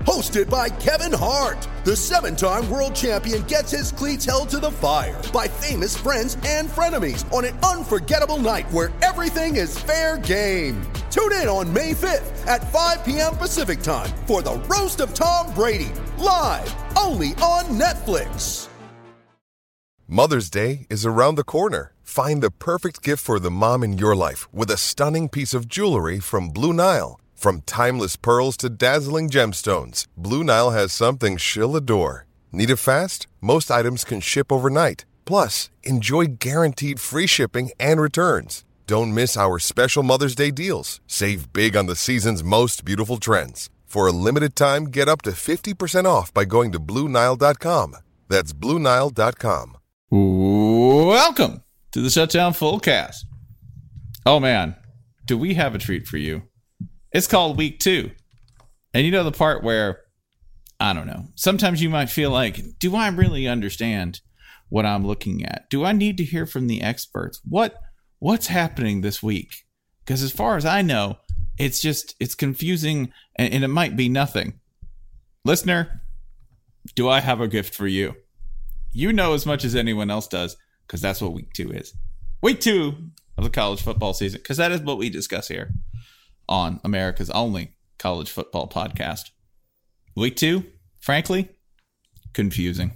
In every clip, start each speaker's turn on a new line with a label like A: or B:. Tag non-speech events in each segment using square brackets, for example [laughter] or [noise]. A: Hosted by Kevin Hart, the seven time world champion gets his cleats held to the fire by famous friends and frenemies on an unforgettable night where everything is fair game. Tune in on May 5th at 5 p.m. Pacific time for the Roast of Tom Brady, live only on Netflix.
B: Mother's Day is around the corner. Find the perfect gift for the mom in your life with a stunning piece of jewelry from Blue Nile. From timeless pearls to dazzling gemstones, Blue Nile has something she'll adore. Need it fast? Most items can ship overnight. Plus, enjoy guaranteed free shipping and returns. Don't miss our special Mother's Day deals. Save big on the season's most beautiful trends. For a limited time, get up to 50% off by going to BlueNile.com. That's BlueNile.com.
C: Welcome to the Shutdown Fullcast. Oh man, do we have a treat for you? It's called Week Two, and you know the part where I don't know. Sometimes you might feel like, do I really understand what I'm looking at? Do I need to hear from the experts? What what's happening this week? Because as far as I know, it's just it's confusing, and, and it might be nothing. Listener, do I have a gift for you? you know as much as anyone else does because that's what week two is. Week two of the college football season because that is what we discuss here on America's only college football podcast. Week two, frankly, confusing.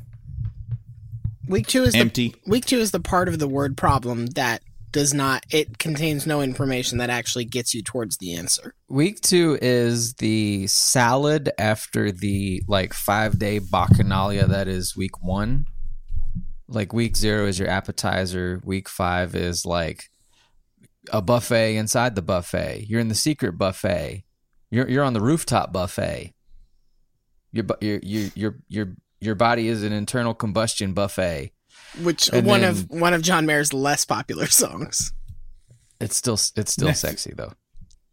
D: Week two is
C: Empty.
D: The, week two is the part of the word problem that does not. It contains no information that actually gets you towards the answer.
E: Week two is the salad after the like five day bacchanalia that is week one. Like week zero is your appetizer. Week five is like a buffet inside the buffet. You're in the secret buffet. You're you're on the rooftop buffet. Your bu- your your your your your body is an internal combustion buffet.
D: Which
E: And
D: one
E: then-
D: of one of John Mayer's less popular [laughs] songs.
E: It's still it's still sexy though.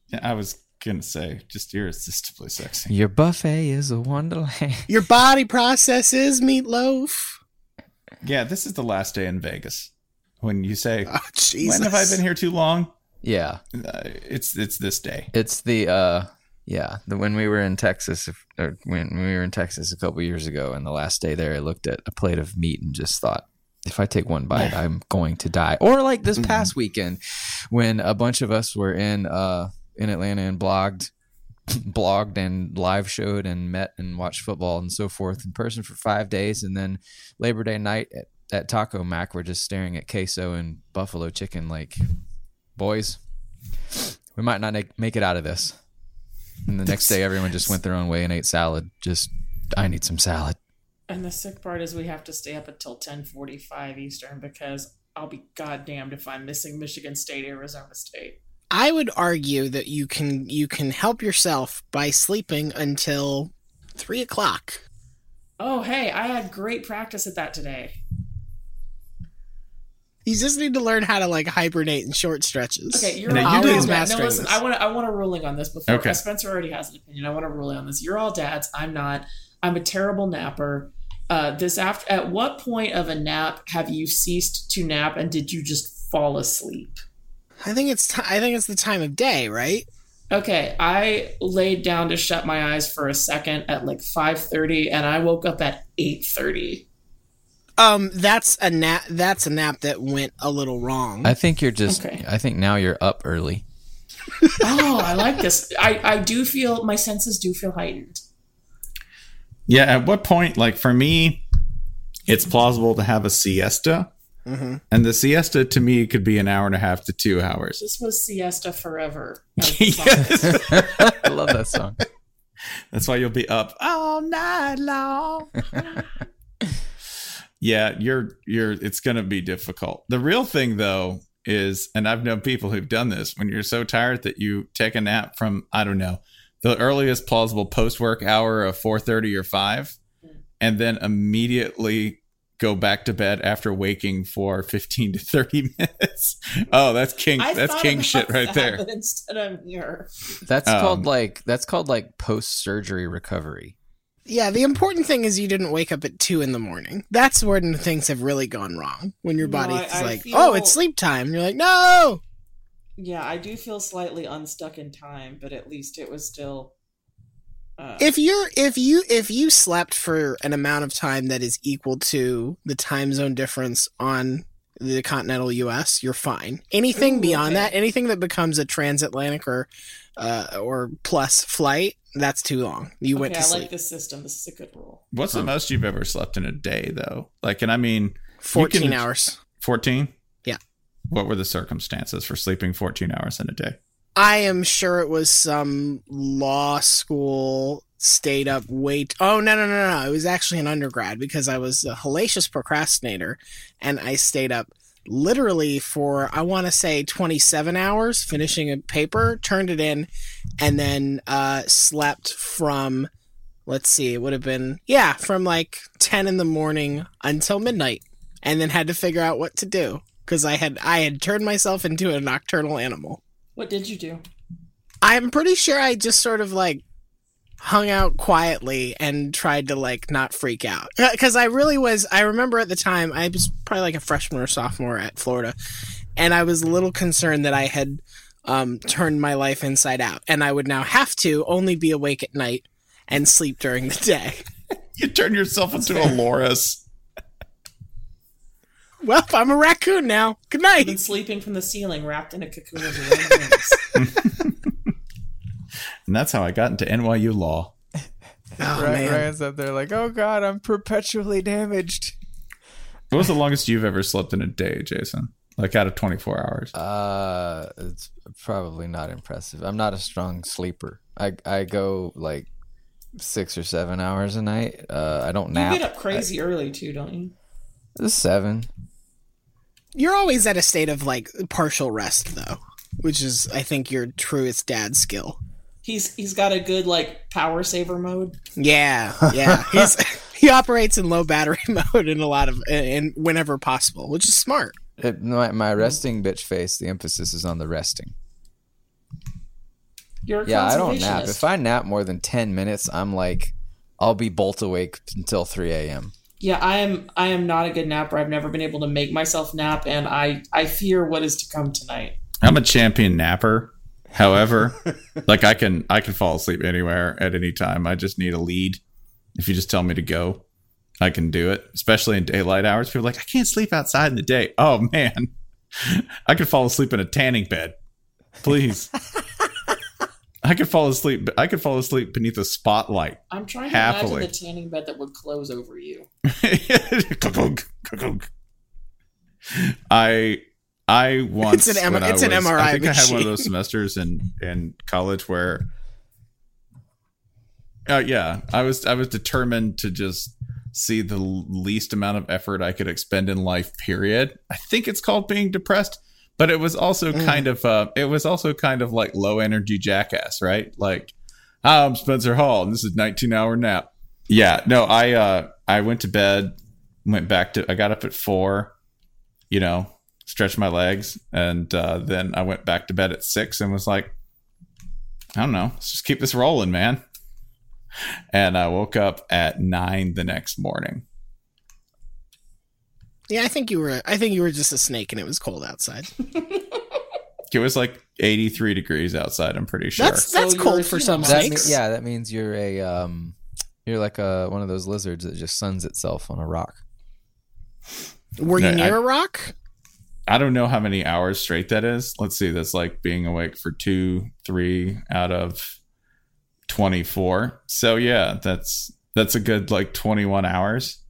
C: Yeah, I was gonna say just irresistibly sexy.
E: Your buffet is a wonderland.
D: Your body processes meatloaf.
C: Yeah, this is the last day in Vegas when you say,
D: Oh, Jesus.
C: "When have I been here too long?"
E: Yeah.
C: Uh, it's it's this day.
E: It's the uh yeah, the when we were in Texas if- or when we were in Texas a couple years ago and the last day there I looked at a plate of meat and just thought if I take one bite I'm going to die. Or like this past weekend when a bunch of us were in uh in Atlanta and blogged [laughs] blogged and live showed and met and watched football and so forth in person for 5 days and then Labor Day night at, at Taco Mac we're just staring at queso and buffalo chicken like boys we might not make, make it out of this. And the next day, everyone just went their own way and ate salad. Just, I need some salad.
F: And the sick part is we have to stay up until 10:45 Eastern because I'll be goddamned if I'm missing Michigan State, Arizona State.
D: I would argue that you can you can help yourself by sleeping until three o'clock.
F: Oh, hey, I had great practice at that today.
D: You just need to learn how to like hibernate in short stretches.
F: Okay, you're
C: Now, you
F: all
C: didn't-
F: dads. Now
D: mastering
F: listen,
D: this.
F: I want I want a ruling on this before
C: Okay.
F: Spencer already has an opinion. I want a ruling on this. You're all dads. I'm not. I'm a terrible napper. Uh, this after at what point of a nap have you ceased to nap and did you just fall asleep?
D: I think it's t- I think it's the time of day, right?
F: Okay, I laid down to shut my eyes for a second at like 5:30 and I woke up at 8:30.
D: Um, that's a nap. That's a nap that went a little wrong.
E: I think you're just. I think now you're up
F: [laughs]
E: early.
B: oh, I like this. I, I do feel my senses do feel heightened.
C: Yeah, at what point, like for me, it's plausible to have a siesta.
B: Mm-hmm.
C: And the siesta to me could be an hour and a half to two hours.
B: This was siesta forever.
C: I
E: love that song.
C: That's why you'll be up. All night
B: [laughs]
C: long. Yeah, you're you're it's gonna be difficult. The real thing though is, and I've known people who've done this, when you're so tired that you take a nap from, I don't know, the earliest plausible post work hour of four thirty or five, and then immediately go back to bed after waking for fifteen to thirty [laughs] minutes. Oh, that's king
B: I
C: that's
B: thought
C: king
B: about
C: shit right
B: that,
C: there.
B: but [laughs] instead, I'm here.
E: That's
C: Um,
E: called like that's called like post surgery recovery.
D: Yeah, the important thing is you didn't wake up at two in the morning. That's when things have really gone wrong. When your
B: No,
D: body
B: I-
D: is
B: I
D: like,
B: feel-
D: "Oh, it's sleep time," and you're like, "No."
B: Yeah, I do feel slightly unstuck in time, but at least it was still. Uh,
D: If you're if you if you slept for an amount of time that is equal to the time zone difference on the continental U.S., you're fine. Anything
B: Ooh,
D: beyond
B: okay.
D: that, anything that becomes a transatlantic or uh, or plus flight, that's too long. You went
B: okay,
D: to
B: I
D: sleep.
B: like this system. This is a good rule.
C: What's the most you've ever slept in a day, though? Like, and I mean, you
D: 14
C: can-
D: hours.
C: 14?
D: Yeah.
C: What were the circumstances for sleeping 14 hours in a day?
D: I am sure it was some law school stayed up wait oh no no no no it was actually an undergrad because I was a hellacious procrastinator and I stayed up literally for I want to say 27 hours finishing a paper turned it in and then uh slept from let's see it would have been yeah from like 10 in the morning until midnight and then had to figure out what to do because I had I had turned myself into a nocturnal animal
B: What did you do?
D: I'm pretty sure I just sort of like hung out quietly and tried to like not freak out because I really was. I remember at the time I was probably like a freshman or sophomore at Florida, and I was a little concerned that I had um, turned my life inside out, and I would now have to only be awake at night and sleep during the day. [laughs]
C: You turn yourself into a loris.
D: Well, I'm a raccoon now. Good night.
B: Been sleeping from the ceiling, wrapped in a cocoon of your own wings.
C: And that's how I got into NYU
E: [laughs]
C: law.
E: Ryan,
D: Oh, man.
E: Ryan's up there like, oh god, I'm perpetually damaged.
C: What was the longest you've ever slept in a day, Jason? Like out of 24 hours?
E: Uh, it's probably not impressive. I'm not a strong sleeper. I I go like six or seven hours a night. Uh, I don't nap.
B: You get up crazy early too, don't you?
E: Seven.
D: You're always at a state of like partial rest though, which is I think your truest dad skill.
B: He's he's got a good like power saver mode.
D: Yeah, yeah. He's he operates in low battery [laughs] mode in a lot of and whenever possible, which is smart.
E: It, my, my resting bitch face. The emphasis is on the resting.
B: You're a
E: Yeah, I don't nap.
B: conservationist.
E: If I nap more than ten minutes, I'm like, I'll be bolt awake until three a.m.
B: Yeah, I am. I am not a good napper. I've never been able to make myself nap, and I I fear what is to come tonight.
C: I'm a champion napper. However, [laughs] like I can I can fall asleep anywhere at any time. I just need a lead. If you just tell me to go, I can do it. Especially in daylight hours. People are like, I can't sleep outside in the day. Oh man. [laughs] I could fall asleep in a tanning bed. Please. I could fall asleep I could fall asleep beneath a spotlight.
B: I'm trying to
C: Happily.
B: imagine the tanning bed that would close over you.
C: [laughs] Ka-kunk, ka-kunk. I I once
D: It's an M-
C: when I
D: it's an
C: was-
D: MRI
C: I think I had one of
D: machine.
C: those semesters in in college where, uh, yeah, I was I was determined to just see the least amount of effort I could expend in life. Period. I think it's called being depressed, but it was also
D: Mm.
C: kind of uh, it was also kind of like low energy jackass, right? Like, hi, I'm Spencer Hall, and this is 19 hour nap. Yeah, no, I uh, I went to bed, went back to I got up at four you know, stretched my legs, and uh, then I went back to bed at six and was like, I don't know, let's just keep this rolling, man. And I woke up at nine the next morning.
D: Yeah, I think you were I think you were just a snake and it was cold outside.
C: It was like eighty-three degrees outside. I'm pretty sure.
D: That's that's
B: So you're a
D: cold for some
B: human.
E: That mea-
D: snakes.
E: yeah, that means you're a um, you're like a one of those lizards that just suns itself on a rock.
D: Were you
C: No, I-
D: near a rock?
C: I don't know how many hours straight that is. Let's see. That's like being awake for two, three out of 24. So yeah, that's that's a good like 21 hours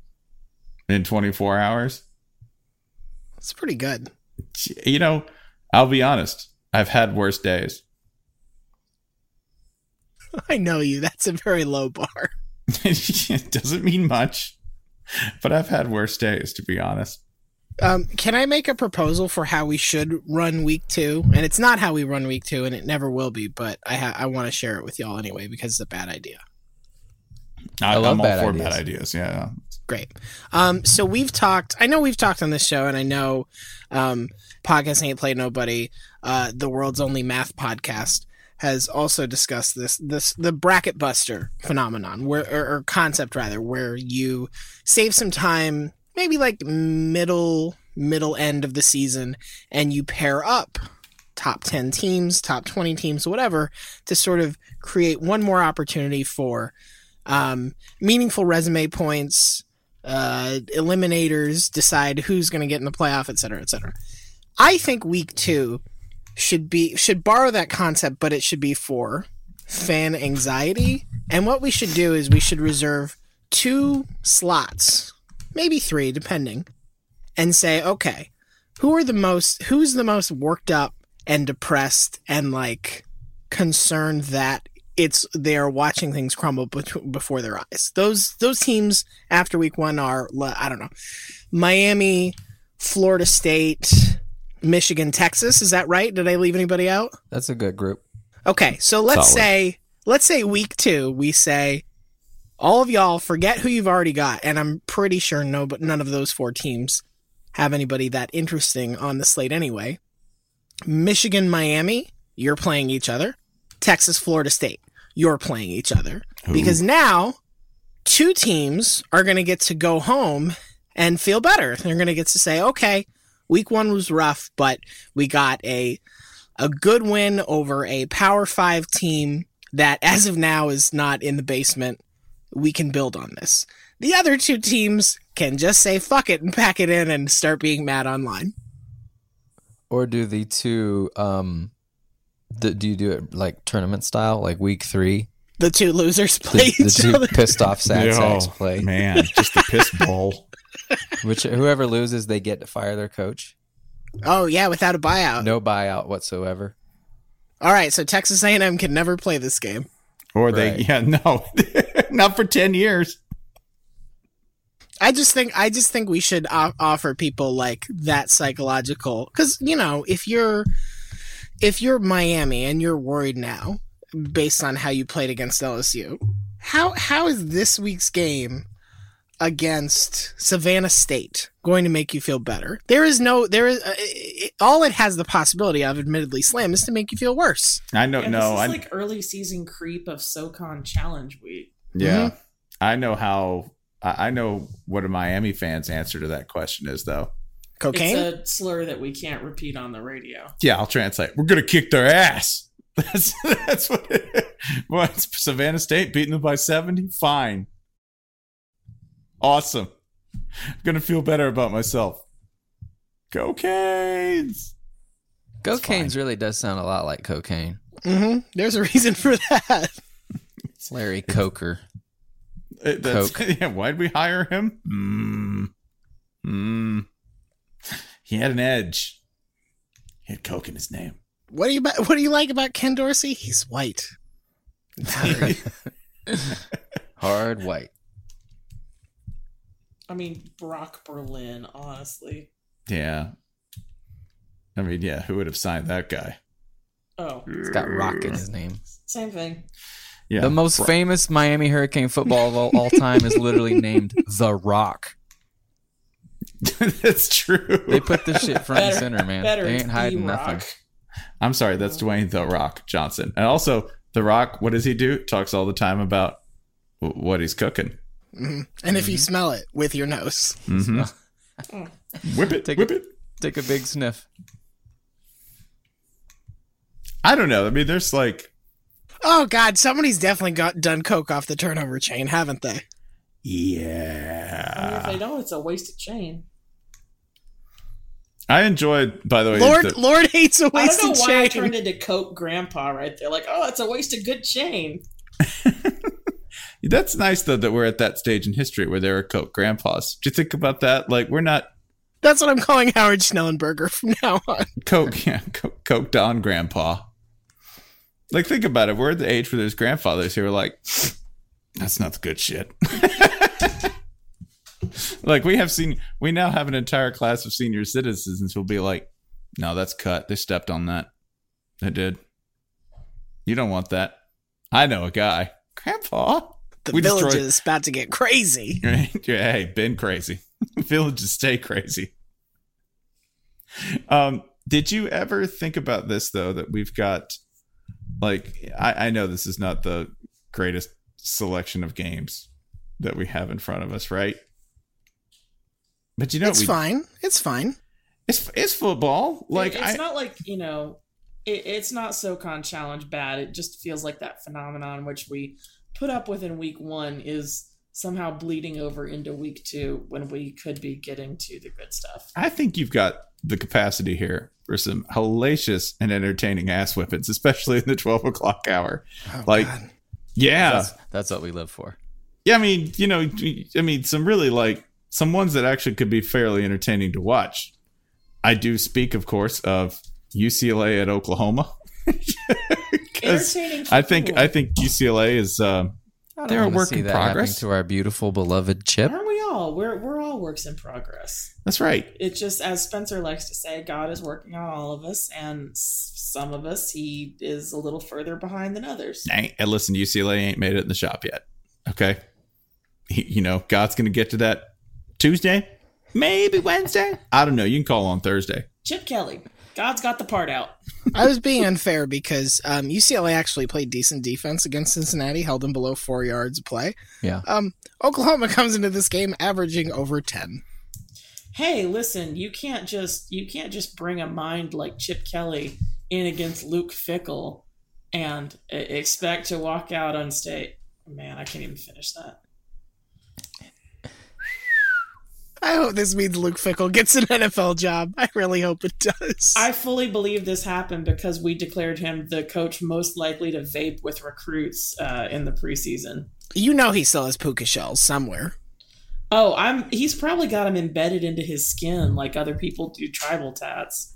C: in 24 hours.
D: It's pretty good.
C: You know, I'll be honest. I've had worse days. [laughs]
D: I know you. That's a very low bar.
C: it doesn't mean much, but I've had worse days to be honest.
D: Um, can I make a proposal for how we should run week two? And it's not how we run week two, and it never will be. But I ha- I want to share it with y'all anyway because it's a bad idea.
C: I,
E: I love
C: am all
E: bad
C: for
E: ideas.
C: bad ideas. Yeah.
D: Great. Um, so we've talked. I know we've talked on this show, and I know um, podcast ain't played nobody. Uh, the world's only math podcast has also discussed this this the bracket buster phenomenon, where or, or concept rather, where you save some time, maybe like middle middle end of the season, and you pair up top 10 teams, top 20 teams, whatever, to sort of create one more opportunity for um, meaningful resume points, uh, eliminators, decide who's going to get in the playoff, et cetera, et cetera. I think week two should be should borrow that concept, but it should be for fan anxiety. And what we should do is we should reserve two slots, maybe three, depending, and say, okay, who are the most who's the most worked up and depressed and like concerned that it's they are watching things crumble bet- before their eyes. Those those teams after week one are le- I don't know, Miami, Florida State, Michigan, Texas. Is that right? Did I leave anybody out?
E: That's a good group.
D: Okay, so let's
E: Solid.
D: say let's say week two we say all of y'all forget who you've already got, and I'm pretty sure no, but none of those four teams have anybody that interesting on the slate anyway. Michigan, Miami, you're playing each other. Texas, Florida State, you're playing each other because now two teams are going to get to go home and feel better. They're going to get to say, okay, week one was rough, but we got a a good win over a Power Five team that, as of now, is not in the basement. We can build on this. The other two teams can just say fuck it and pack it in and start being mad online.
E: Or do the two? Um, do, do you do it like tournament style, like week three?
D: The two losers [laughs]
E: The,
D: play
E: the
D: each
E: two [laughs]
D: other.
E: pissed
B: [laughs]
E: off sad sacks play.
C: man, just the piss bowl.
E: Which whoever loses, they get to fire their coach.
D: Oh yeah, without a buyout.
E: No buyout whatsoever.
D: All right, so Texas A&M can never play this game.
C: [laughs] Or they,
E: Right.
C: yeah, no, [laughs] not for 10 years.
D: I just think I just think we should o- offer people like that psychological cuz you know, if you're if you're Miami and you're worried now based on how you played against LSU, how how is this week's game against Savannah State going to make you feel better? There is no there is uh, it, all it has the possibility of admittedly slim is to make you feel worse.
C: I don't
B: Yeah,
C: know.
B: this
C: I,
B: is like early season creep of SoCon Challenge Week.
C: yeah. mm-hmm. I know how, I, I know what a Miami fan's answer to that question is, though.
D: Cocaine?
B: It's a slur that we can't repeat on the radio.
C: Yeah, I'll translate. We're going to kick their ass. [laughs] That's, that's what, what Savannah State beating them by 70. Fine. Awesome. I'm going to feel better about myself. Go Canes.
E: Go Canes really does sound a lot like cocaine.
D: mhm. There's a reason for [laughs] that.
E: It's Larry Coker.
C: It- Uh, that's, [laughs] Yeah, why'd we hire him?
E: Hmm.
C: Mm. Mm. He had an edge. He had Coke in his name.
D: What do you about, what do you like about Ken Dorsey? He's white.
E: Hard white.
B: I mean, Brock Berlin, honestly.
C: Yeah. I mean, yeah, who would have signed that guy?
B: Oh,
E: It's got rock in his name.
B: same thing.
C: Yeah.
E: The most famous Miami Hurricane football of all, all time is literally
C: [laughs]
E: named The Rock.
C: [laughs] that's
E: They
C: true.
E: put this shit front and
B: Better,
E: center, man.
B: better
E: They
B: it's
E: ain't hiding nothing.
B: D-Rock.
C: I'm sorry, that's Dwayne The Rock Johnson. And also, The Rock, what does he do? Talks all the time about w- what he's cooking.
D: And if you
C: Mm-hmm.
D: smell it with your nose,
C: Mhm. Whip it,
E: Take
C: whip
E: it.
C: it.
E: Take a big sniff.
C: I don't know. I mean, there's like,
D: oh god, somebody's definitely got done coke off the turnover chain, haven't they?
C: yeah.
B: I mean, if they don't, it's a wasted chain.
C: I enjoyed, by the way,
D: Lord,
C: Oh, the-
D: Lord hates a
B: I don't know
D: wasted
B: why I
D: chain.
B: turned into Coke Grandpa right there. Like, oh, it's a wasted good chain.
C: That's nice though that we're at that stage in history where there are Coke grandpas. Do you think about that? Like we're not
D: That's what I'm calling Howard Schnellenberger from now on.
C: Coke, [laughs] yeah, Coke, Coked on grandpa. Like think about it. We're at the age where there's grandfathers who are like, that's not the good shit. [laughs] like we have seen, we now have an entire class of senior citizens who'll be like, no, that's cut. They stepped on that. They did. You don't want that. I know a guy, grandpa.
D: The
C: We
D: village
C: destroyed-
D: is about to get crazy.
C: [laughs] Right? Yeah, hey, been crazy. [laughs] Villages stay crazy. Um, did you ever think about this though? That we've got, like, I, I know this is not the greatest selection of games that we have in front of us, right? But you know,
D: it's
C: we,
D: fine. It's fine.
C: It's it's football. Like
B: It- it's
C: I,
B: not like you know, it, it's not SoCon Challenge bad. It just feels like that phenomenon which we put up with in week one is somehow bleeding over into week two when we could be getting to the good stuff.
C: I think you've got the capacity here for some hellacious and entertaining ass whippings, especially in the twelve o'clock hour. like, yeah,
E: That's, that's what we live for.
C: Yeah, I mean, you know, I mean, some really like some ones that actually could be fairly entertaining to watch. I do speak, of course, of UCLA at Oklahoma. [laughs] 'Cause
B: Entertaining
C: I think
B: fool.
C: I think UCLA is um,
E: I don't
C: they're a
E: wanna
C: work
E: see
C: in
E: that happening
C: progress.
E: to our beautiful beloved Chip.
B: Aren't we all? We're we're all works in progress.
C: That's right.
B: It's just as Spencer likes to say, God is working on all of us, and s- some of us he is a little further behind than others.
C: Ain't, and listen, UCLA ain't made it in the shop yet. Okay, He- you know, God's gonna get to that Tuesday, maybe Wednesday. I don't know. You can call on Thursday.
B: Chip Kelly, God's got the part out.
D: I was being unfair because um, UCLA actually played decent defense against Cincinnati, held them below four yards a play.
E: Yeah.
D: Um, Oklahoma [laughs] comes into this game averaging over ten.
B: hey listen you can't just you can't just bring a mind like chip kelly in against luke fickle and e- expect to walk out on state man i can't even finish that
D: I hope this means Luke Fickle gets an NFL job. I really hope it does.
B: i fully believe this happened because we declared him the coach most likely to vape with recruits uh, in the preseason
D: you know he still has puka shells somewhere.
B: oh i'm he's probably got him embedded into his skin like other people do tribal tats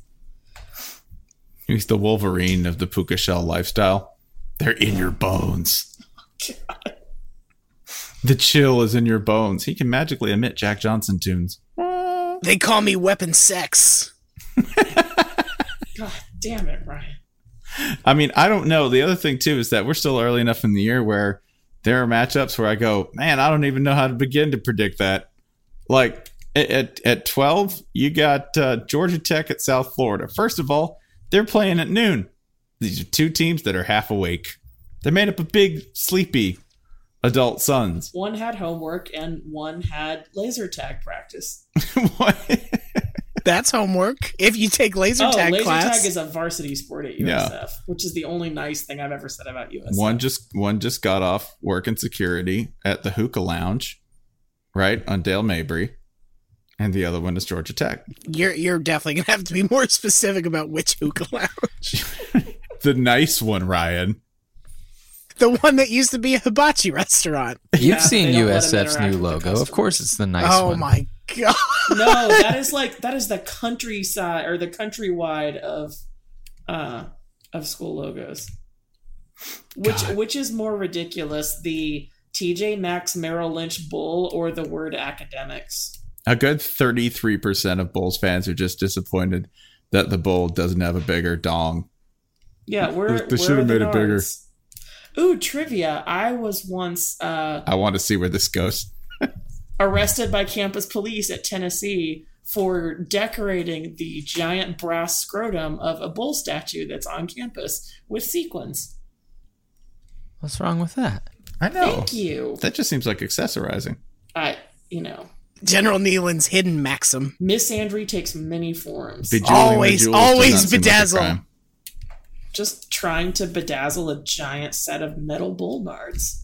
C: He's the Wolverine of the puka shell lifestyle. They're in your bones. The chill is in your bones. He can magically emit Jack Johnson tunes.
D: They call me Weapon Sex.
B: god damn it ryan
C: I mean, I don't know. The other thing too is that we're still early enough in the year where there are matchups where I go, man, I don't even know how to begin to predict that. Like at at, at twelve, you got uh, Georgia Tech at South Florida. First of all, they're playing at noon. These are two teams that are half awake. They're made up of big, sleepy adult sons.
B: one had homework and one had laser tag practice
C: [laughs] What?
D: That's homework. If you take laser
B: oh,
D: tag
B: laser
D: class,
B: tag is a varsity sport at USF,
C: Yeah.
B: which is the only nice thing I've ever said about USF.
C: one just one just got off work in security at the hookah lounge, right on Dale Mabry, and the other one is Georgia Tech.
D: you're you're definitely gonna have to be more specific about which hookah lounge.
C: The nice one, Ryan.
D: the one that used to be a hibachi restaurant.
B: Yeah,
E: You've seen
B: they don't let 'em
E: USF's
B: interact
E: new
B: with the
E: logo.
B: customers.
E: Of course, it's the nice
D: Oh
E: one.
D: my god.
B: no, that is like that is the countryside or the countrywide of uh of school logos. Which which is more ridiculous, the TJ Maxx Merrill Lynch bull or the word academics?
C: A good thirty-three percent of Bulls fans are just disappointed that the bull doesn't have a bigger dong.
B: Yeah, we're
C: They should've made it bigger.
B: Ooh, trivia. I was once uh
C: I want to see where this goes.
B: arrested by campus police at Tennessee for decorating the giant brass scrotum of a bull statue that's on campus with sequins.
E: What's wrong with that?
C: I know
B: Thank you.
C: that just seems like accessorizing.
B: I, you know,
D: General Nealon's hidden maxim.
B: Miss Andry takes many forms.
C: Bejeweling the
D: Always-
C: jewels does
D: always
C: not seem like a
D: bedazzle.
C: crime.
B: Just trying to bedazzle a giant set of metal bull nards.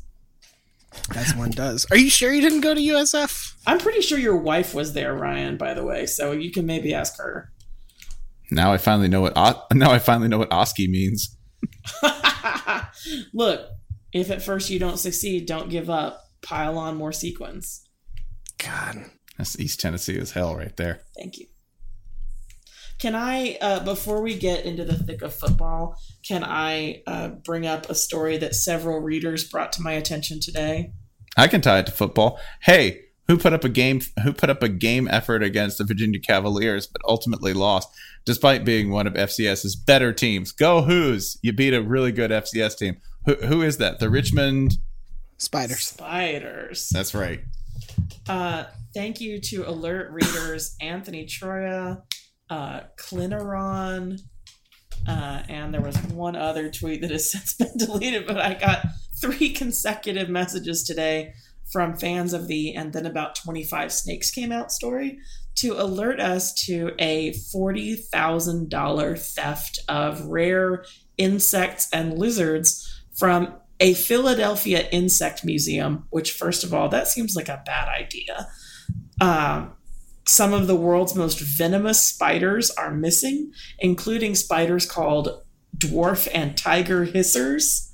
D: As one does. Are you sure you didn't go to USF?
B: I'm pretty sure your wife was there, Ryan, by the way, so you can maybe ask her.
C: Now I finally know what o- now I finally know what OSCE means.
B: [laughs] Look, if at first you don't succeed, don't give up. Pile on more sequins.
C: God, that's East Tennessee as hell right there.
B: Thank you. Can I, uh, before we get into the thick of football, can I uh, bring up a story that several readers brought to my attention today?
C: I can tie it to football. Hey, who put up a game who put up a game effort against the Virginia Cavaliers but ultimately lost despite being one of FCS's better teams. Go Who's. You beat a really good FCS team. Who, who is that? The Richmond
D: Spiders.
B: Spiders.
D: [laughs]
C: That's right.
B: Uh, thank you to alert readers Anthony Troya, uh, Clineron, uh, and there was one other tweet that has [laughs] since been deleted, but I got three consecutive messages today from fans of the and then about 25 snakes came out story to alert us to a $40,000 theft of rare insects and lizards from a Philadelphia insect museum, which, first of all, that seems like a bad idea. Um, some of the world's most venomous spiders are missing, including spiders called dwarf and tiger hissers.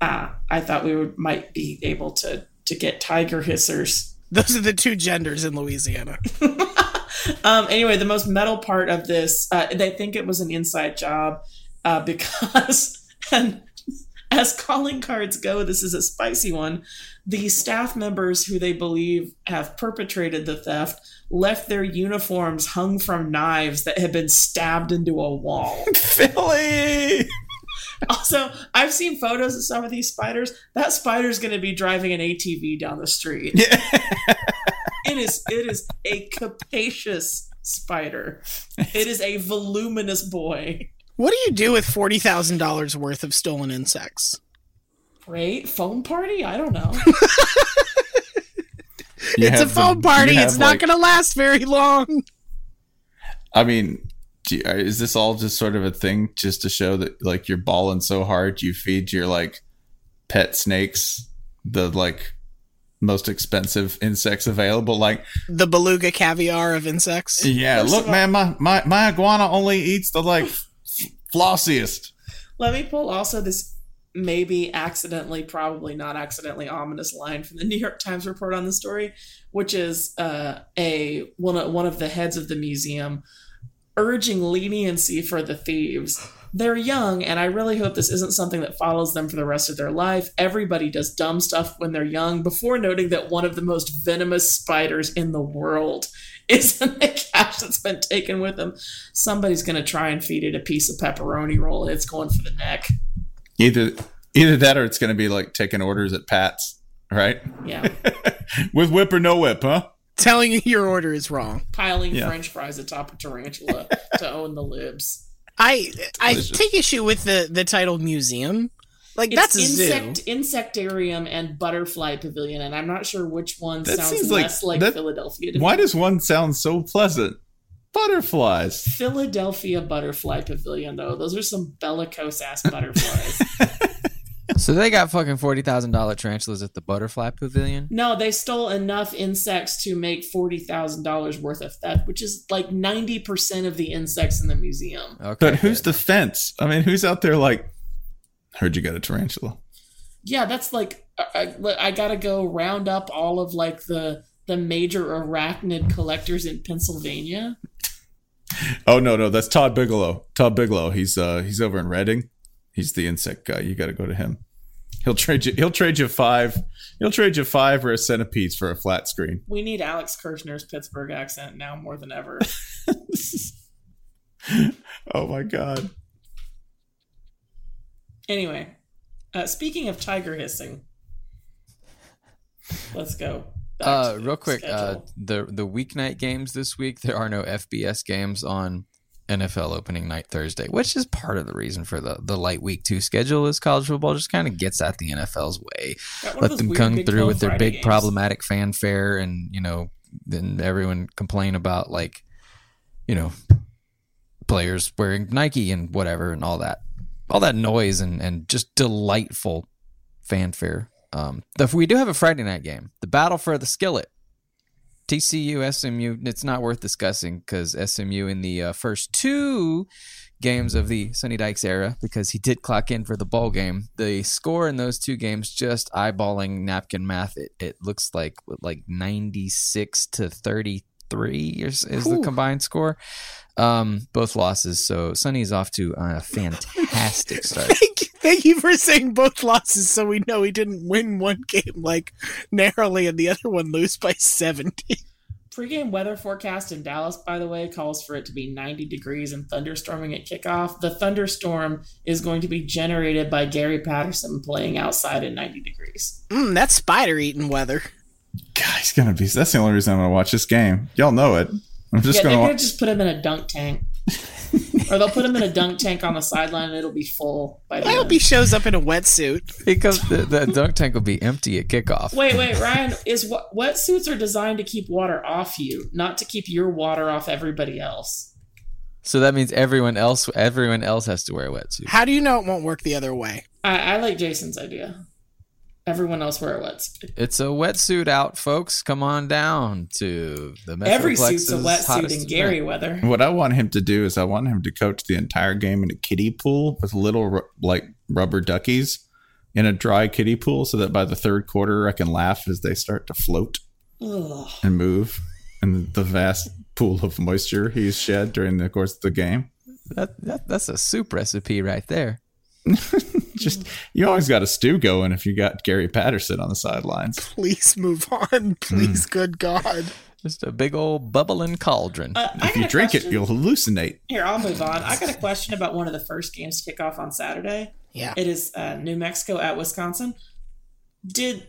B: Uh, I thought we would, might be able to, to get tiger hissers.
D: Those are the two genders in Louisiana.
B: Um, anyway, the most metal part of this, uh, they think it was an inside job uh, [laughs] because, and as calling cards go, this is a spicy one. The staff members who they believe have perpetrated the theft left their uniforms hung from knives that had been stabbed into a wall.
C: Philly!
B: also, I've seen photos of some of these spiders. That spider's going to be driving an ATV down the street. [laughs] it is it is a capacious spider. It is a voluminous boy.
D: What do you do with forty thousand dollars worth of stolen insects?
B: Great foam party? I don't know.
C: You
D: it's a
C: have the-
D: phone party.
C: you
D: It's
C: have,
D: not
C: like-
D: going to last very long.
C: I mean, do you- is this all just sort of a thing just to show that like you're balling so hard you feed your like pet snakes the like most expensive insects available like
D: The beluga caviar of insects.
C: yeah
B: First
C: look
B: of all-
C: man my, my my iguana only eats the like f- flossiest
B: Let me pull also this maybe accidentally, probably not accidentally ominous line from the [laughs] New York Times report on the story, which is uh, a one of, one of the heads of the museum urging leniency for the thieves. They're young, and I really hope this isn't something that follows them for the rest of their life. Everybody does dumb stuff when they're young, before noting that one of the most venomous spiders in the world is in the cash that's been taken with them. Somebody's going to try and feed it a piece of pepperoni roll, and it's going for the neck.
C: either either that or it's going to be like taking orders at pat's right [laughs]
B: Yeah.
C: with whip or no whip huh
D: Telling you your order is wrong.
B: Piling
C: Yeah.
B: french fries atop a tarantula
C: [laughs]
B: to own the libs.
D: I I
C: Delicious.
D: take issue with the the title museum. Like
B: It's
D: that's a
B: insect
D: zoo.
B: insectarium and butterfly pavilion, and I'm not sure which one
C: That
B: sounds
C: seems like-
B: less like
C: that-
B: Philadelphia. To me.
C: why does one sound so pleasant butterflies
B: Philadelphia butterfly pavilion though? Those are some bellicose ass butterflies.
E: So they got fucking forty thousand dollar tarantulas at the butterfly pavilion.
B: no, they stole enough insects to make forty thousand dollars worth of theft, which is like ninety percent of the insects in the museum.
E: Okay,
C: but who's
E: good.
C: the fence i mean who's out there like heard you got a tarantula
B: yeah that's like I, I I gotta go round up all of like the the major arachnid collectors in pennsylvania
C: Oh no, no, that's Todd Bigelow. Todd Bigelow. He's uh he's over in Reading. He's the insect guy. You got to go to him. He'll trade you. He'll trade you five. He'll trade you five or a centipede for a flat screen.
B: we need alex kirshner's pittsburgh accent now more than ever
C: Oh my god.
B: anyway uh, speaking of tiger hissing let's go back
E: Uh,
B: to the
E: real quick, uh,
B: schedule.
E: the the weeknight games this week. There are no FBS games on NFL opening night Thursday, which is part of the reason for the the light week two schedule. Is college football just kind of gets at the NFL's way,
B: Got one of
E: let
B: those
E: them
B: weird
E: come
B: Big
E: through
B: 12
E: with their
B: Friday
E: big
B: games.
E: problematic fanfare, and you know, then everyone complain about like, you know, players wearing Nike and whatever and all that, all that noise and and just delightful fanfare. Um, if we do have a Friday night game, the battle for the skillet. TCU, SMU, it's not worth discussing because SMU in the uh, first two games of the Sonny Dykes era, because he did clock in for the ball game, the score in those two games, just eyeballing napkin math, it, it looks like like 96 to 33 is, is the
G: Ooh.
E: combined score. Um, both losses. So Sonny's off to a fantastic start.
D: [laughs] Thank you for saying both losses so we know he didn't win one game like narrowly and the other one lose by 70.
B: Pre-game weather forecast in Dallas, by the way, calls for it to be 90 degrees and thunderstorming at kickoff. The thunderstorm is going to be generated by Gary Patterson playing outside at 90 degrees.
D: Mm, that's spider eating weather.
C: It's gonna be. That's the only reason I'm gonna watch this game. Y'all know it. I'm just
B: yeah,
C: gonna.
B: they're
C: Wa-
B: gonna just put him in a dunk tank, or they'll put him in a dunk tank on the sideline, and it'll be full by the
D: I hope
E: [laughs]
B: end.
D: he shows up in a wetsuit.
E: Because the, the dunk tank will be empty at kickoff.
B: Wait, wait, Ryan, is what wetsuits are designed to keep water off you, not to keep your water off everybody else.
E: So that means everyone else everyone else has to wear a wetsuit.
D: How do you know it won't work the other way?
B: I, I like Jason's idea. Everyone else wear a wetsuit.
E: It's a wetsuit out, folks. Come on down to the
B: Every suit's a
E: Metroplex's
B: wetsuit
E: hottest
B: in Gary
E: event.
B: weather.
C: What I want him to do is I want him to coach the entire game in a kiddie pool with little ru- like rubber duckies in a dry kiddie pool so that by the third quarter I can laugh as they start to float
B: Ugh.
C: and move in the vast pool of moisture he's shed during the course of the game.
E: That, that, that's a soup recipe right there.
C: Just you always got a stew going if you got Gary Patterson on the sidelines.
D: Please move on. [laughs]
C: Mm.
D: Please, good God.
E: Just a big old bubbling cauldron.
B: Uh, I
C: If
B: got
C: you
B: a
C: drink it,
B: question.
C: you'll hallucinate.
B: Here, I'll move on. I got a question about one of the first games to kick off on Saturday.
D: Yeah.
B: It is uh, New Mexico at Wisconsin. Did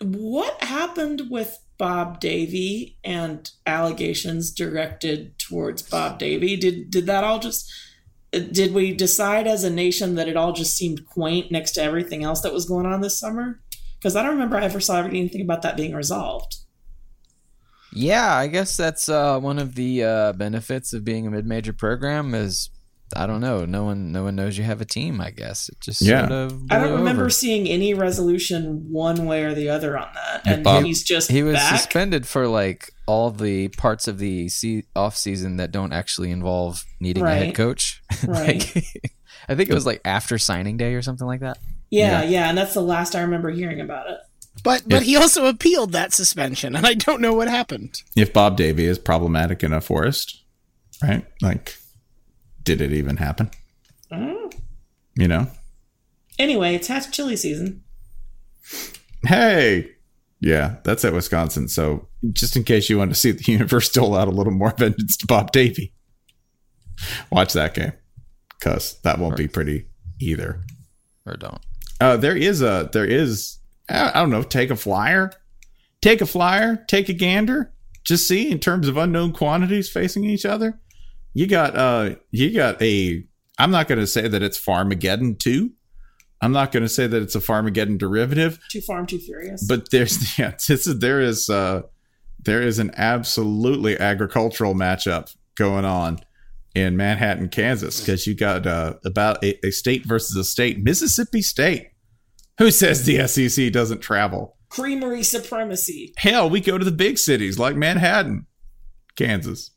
B: what happened with Bob Davy and allegations directed towards Bob Davy? Did did that all just did we decide as a nation that it all just seemed quaint next to everything else that was going on this summer? Because I don't remember I ever saw anything about that being resolved.
E: Yeah, I guess that's uh, one of the uh, benefits of being a mid-major program is I don't know, no one no one knows you have a team. I guess it just
C: Yeah.
E: sort of
B: I don't
E: blew
B: remember
E: over.
B: seeing any resolution one way or the other on that. And
E: Bob-
B: he's just
E: he was
B: back.
E: suspended [laughs] for like all the parts of the se- off season that don't actually involve needing a
B: Right.
E: head coach. [laughs]
B: Right.
E: like, I think it was like after signing day or something like that.
B: Yeah, yeah, and that's the last I remember hearing about it.
D: But but he also appealed that suspension, and I don't know what happened.
C: If Bob Davy is problematic in a forest, right? Like, did it even happen?
B: Mm.
C: You know?
B: Anyway, it's half chili season.
C: Hey. Yeah, that's at Wisconsin. So just in case you want to see the [laughs] universe dole out a little more vengeance to Bob Davy, watch that game. Cause that won't be pretty either.
E: Or don't.
C: Uh, there is a there is I I don't know. Take a flyer, take a flyer, take a gander. Just see in terms of unknown quantities facing each other. You got uh you got a. I'm not going to say that it's Farmageddon two. I'm not going to say that it's a Farmageddon derivative.
B: Too farm, too furious.
C: But there's [laughs] yeah, this is, there is uh there is an absolutely agricultural matchup going on in Manhattan, Kansas, because you got uh, about a, a state versus a state, Mississippi State. Who says the SEC doesn't travel?
B: creamery supremacy.
C: Hell, we go to the big cities like Manhattan, Kansas.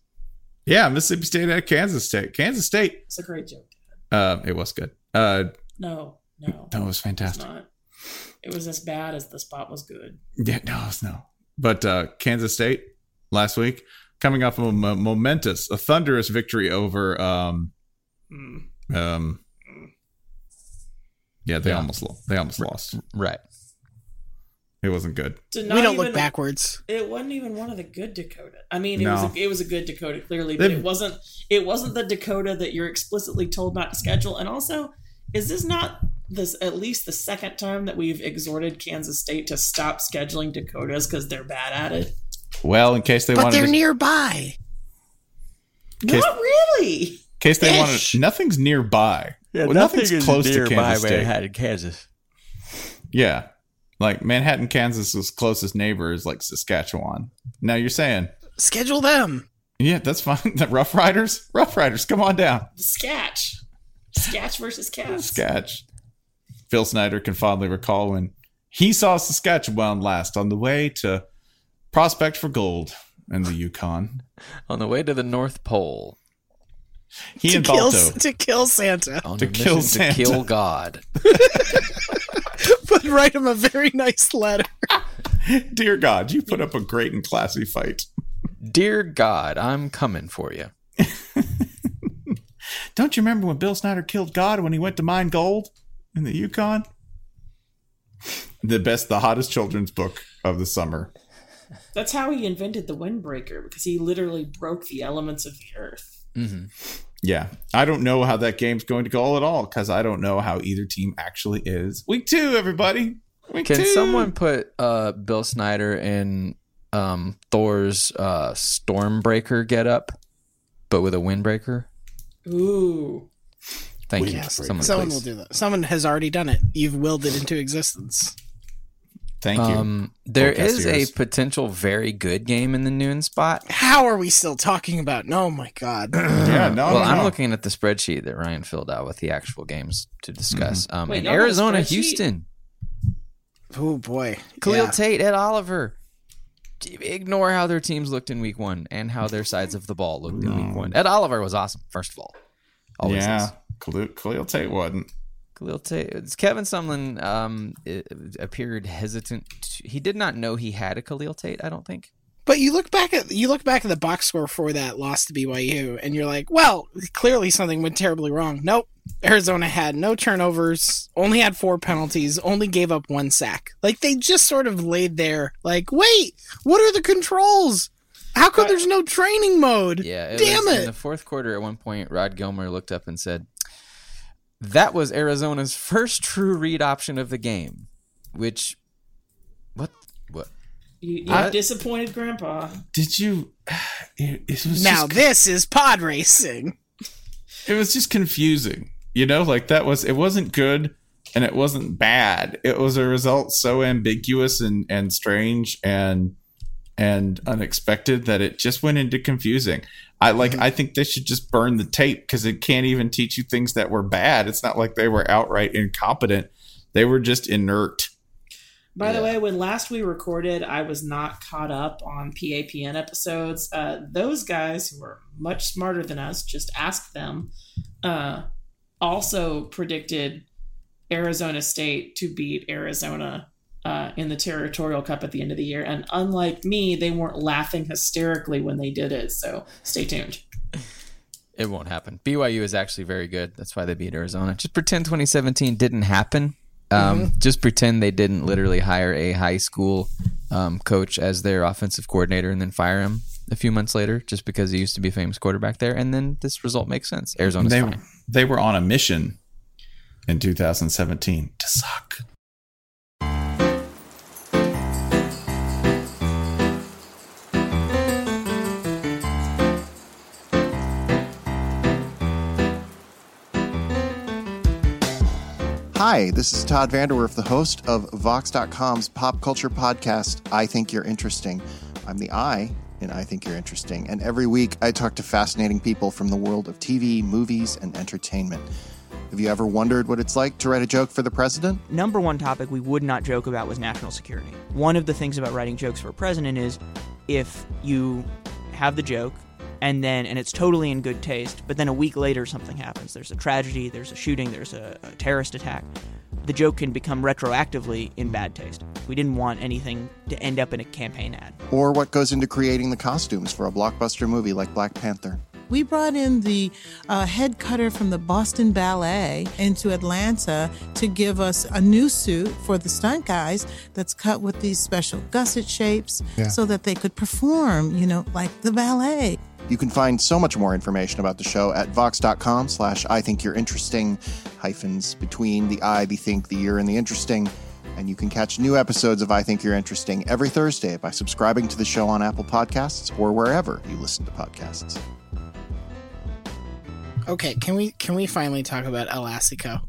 C: Yeah, Mississippi State at Kansas State. Kansas State.
B: It's a great joke.
C: Uh, it was good. Uh,
B: No, no,
C: that was
B: it's
C: fantastic.
B: not. It was as bad as the spot was good.
C: Yeah, no, it's no. But uh, Kansas State last week, coming off of a mo- momentous, a thunderous victory over. Um,
G: Hmm.
B: Mm.
C: um, yeah, they
E: Yeah.
C: almost lost. They almost lost.
E: Right.
C: It wasn't good.
B: Did
D: we
B: not
D: don't look
B: even-
D: backwards.
B: It wasn't even one of the good Dakota. I mean, it
C: No.
B: was a, it was a good Dakota clearly, but
C: They've-
B: it wasn't it wasn't the Dakota that you're explicitly told not to schedule. And also, is this not this at least the second time that we've exhorted Kansas State to stop scheduling Dakotas because they're bad at it?
C: Well, in case they
D: but
C: wanted,
D: they're
C: to,
D: nearby.
C: in case,
B: Not really.
C: in case they
D: Ish.
C: wanted, nothing's nearby.
G: Yeah,
C: Well,
G: nothing is nearby
C: Kansas State.
G: Manhattan, Kansas.
C: Yeah, like Manhattan, Kansas's closest neighbor is like Saskatchewan. Now you're saying,
D: Schedule them.
C: yeah, that's fine. [laughs] The Rough Riders, Rough Riders, come on down.
B: Sketch. Sketch versus Cats.
C: sketch. Phil Snyder can fondly recall when he saw Saskatchewan last on the way to prospect for gold and the Yukon.
E: On the way to the North Pole.
C: He
D: to
C: and
D: kill,
C: Balto.
D: to kill Santa, [laughs]
E: On
C: To
E: a
C: kill
E: mission
C: Santa.
E: to kill God.
D: but write him a very [laughs] nice letter.
C: [laughs] Dear God, you put up a great and classy fight.
E: Dear God, I'm coming for you.
C: Don't you remember when Bill Snyder killed God when he went to mine gold in the Yukon? The best, the hottest children's book of the summer.
B: That's how he invented the windbreaker because he literally broke the elements of the earth.
C: Yeah. I don't know how that game's going to go at all because I don't know how either team actually is. Week two, everybody. Week
E: Can
C: two.
E: someone put uh, Bill Snyder in um, Thor's uh, Stormbreaker getup, but with a windbreaker?
B: Ooh.
E: Thank you.
D: Yes,
E: Someone,
D: someone
E: please.
D: will do that. Someone has already done it. You've willed it into existence.
C: Thank you.
E: Um, there is a
C: Podcasters.
E: potential very good game in the noon spot.
D: How are we still talking about? Oh my god! [clears throat]
C: yeah, no,
E: well,
C: no,
E: I'm
C: no.
E: looking at the spreadsheet that Ryan filled out with the actual games to discuss. Um,
B: Wait,
E: in
B: y'all got a
E: Arizona,
B: spreadsheet?
E: Houston,
D: oh boy,
E: Khalil
D: Yeah.
E: Tate, Ed Oliver. D- Ignore how their teams looked in week one and how their sides of the ball looked in week one. Ed Oliver was awesome, first of all. Always is.
C: Yeah. Khalil, Khalil Tate wasn't.
E: Khalil Tate. it's Kevin Sumlin um, i- appeared hesitant. to- He did not know he had a Khalil Tate, I don't think.
D: But you look back at you look back at the box score for that loss to BYU, and you're like, well, clearly something went terribly wrong. Nope. Arizona had no turnovers, only had four penalties, only gave up one sack. Like they just sort of laid there, like, wait, what are the controls? How come there's no training mode?
E: Yeah. It
D: damn
E: was In
D: it!
E: the fourth quarter, at one point, Rod Gilmer looked up and said, That was Arizona's first true read option of the game, which. What? What?
B: You, you
E: I-
B: disappointed Grandpa.
C: Did you? It, it was
D: now
C: just,
D: this is pod racing.
C: it was just confusing. You know, like that was it wasn't good and it wasn't bad. It was a result so ambiguous and and strange and and unexpected that it just went into confusing. I like
E: Mm-hmm.
C: I think they should just burn the tape cuz it can't even teach you things that were bad. It's not like they were outright incompetent. They were just inert.
B: By the way, when last we recorded, I was not caught up on PAPN episodes. Uh, those guys who are much smarter than us, just ask them, uh, also predicted Arizona State to beat Arizona uh, in the Territorial Cup at the end of the year. And unlike me, they weren't laughing hysterically when they did it. So stay tuned.
E: It won't happen. BYU is actually very good. That's why they beat Arizona. Just pretend 2017 didn't happen. Um, Just pretend they didn't literally hire a high school um, coach as their offensive coordinator and then fire him a few months later just because he used to be a famous quarterback there. And then this result makes sense. Arizona's
C: They
E: fine.
C: they were on a mission in 2017 to suck.
G: Hi, this is Todd Vanderwerf, the host of Vox.com's pop culture podcast, I Think You're Interesting. I'm the I in I Think You're Interesting, and every week I talk to fascinating people from the world of TV, movies, and entertainment. Have you ever wondered what it's like to write a joke for the president?
H: number one topic we would not joke about was national security. One of the things about writing jokes for a president is if you have the joke and then and it's totally in good taste, but then a week later something happens. There's a tragedy, there's a shooting, there's a, a terrorist attack. The joke can become retroactively in bad taste. We didn't want anything to end up in a campaign ad.
G: Or what goes into creating the costumes for a blockbuster movie like Black Panther?
I: We brought in the uh, head cutter from the Boston Ballet into Atlanta to give us a new suit for the stunt guys that's cut with these special gusset shapes
G: Yeah.
I: so that they could perform, you know, like the ballet.
G: You can find so much more information about the show at vox.com slash I think you're interesting hyphens between the I, the think, the you're, and the interesting. And you can catch new episodes of I Think You're Interesting every Thursday by subscribing to the show on Apple Podcasts or wherever you listen to podcasts.
D: Okay, can we can we finally talk about Elastico?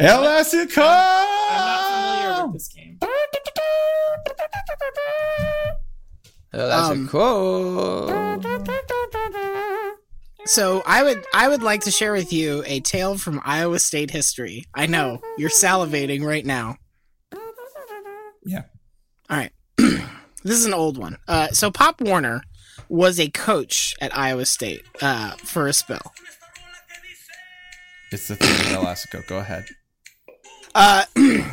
C: Elastic
B: I'm not familiar with this game.
E: Oh, that's
D: Um,
E: a quote.
D: So I would I would like to share with you a tale from Iowa State history. I know you're salivating right now.
C: Yeah.
D: All right. [clears throat] This is an old one. Uh, so Pop Warner was a coach at Iowa State uh, for a spell.
C: It's the thing with Elastico. Go ahead.
D: Uh,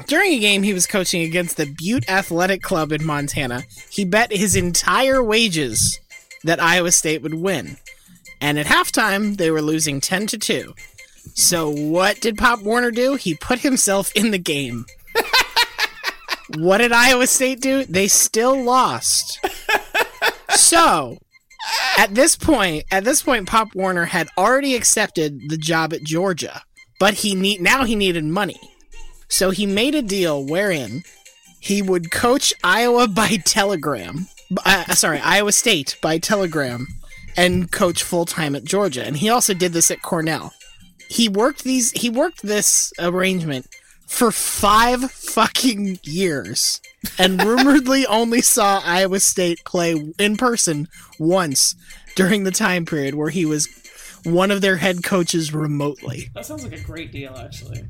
D: during a game he was coaching against the Butte Athletic Club in Montana, he bet his entire wages that Iowa State would win. And at halftime, they were losing 10 to 2. So what did Pop Warner do? He put himself in the game. [laughs] what did Iowa State do? They still lost. so, at this point, at this point Pop Warner had already accepted the job at Georgia, but he need now he needed money. So he made a deal wherein he would coach Iowa [laughs] by telegram. Uh, sorry, Iowa State by telegram and coach full time at Georgia. And he also did this at Cornell. He worked these he worked this arrangement for 5 fucking years and rumoredly only saw Iowa State play in person once during the time period where he was one of their head coaches remotely.
B: That sounds like a great deal, actually.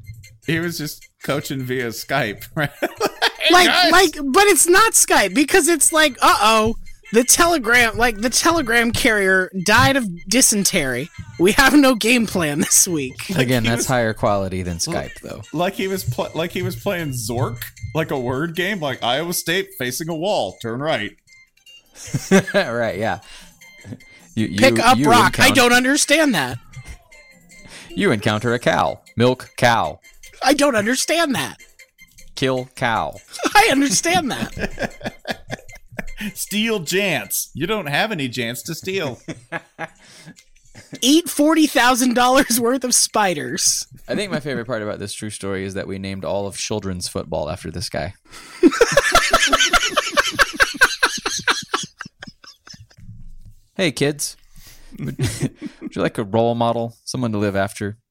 C: He was just coaching via Skype, [laughs] right?
D: [laughs] like like but it's not Skype because it's like uh-oh the telegram like the telegram carrier died of dysentery. We have no game plan this week.
E: Again, that's higher quality than
B: [laughs]
E: Skype, though.
C: like he was pl- like he was playing Zork, like a word game, like Iowa State facing a wall, turn right.
E: right? Yeah. You, you-
D: Pick up
E: you
D: rock. I
E: encounter-
D: don't understand that.
E: You encounter a cow. Milk cow.
D: I don't understand that.
E: Kill cow.
D: I understand
E: [laughs]
D: that.
C: Steal Jance. You don't have any Jance to [laughs] steal.
D: Eat $40,000 worth of spiders.
E: I think my favorite part about this true story is that we named all of children's football after this guy. [laughs] hey, kids. Would, would you like a role model, someone to live after?
J: [laughs]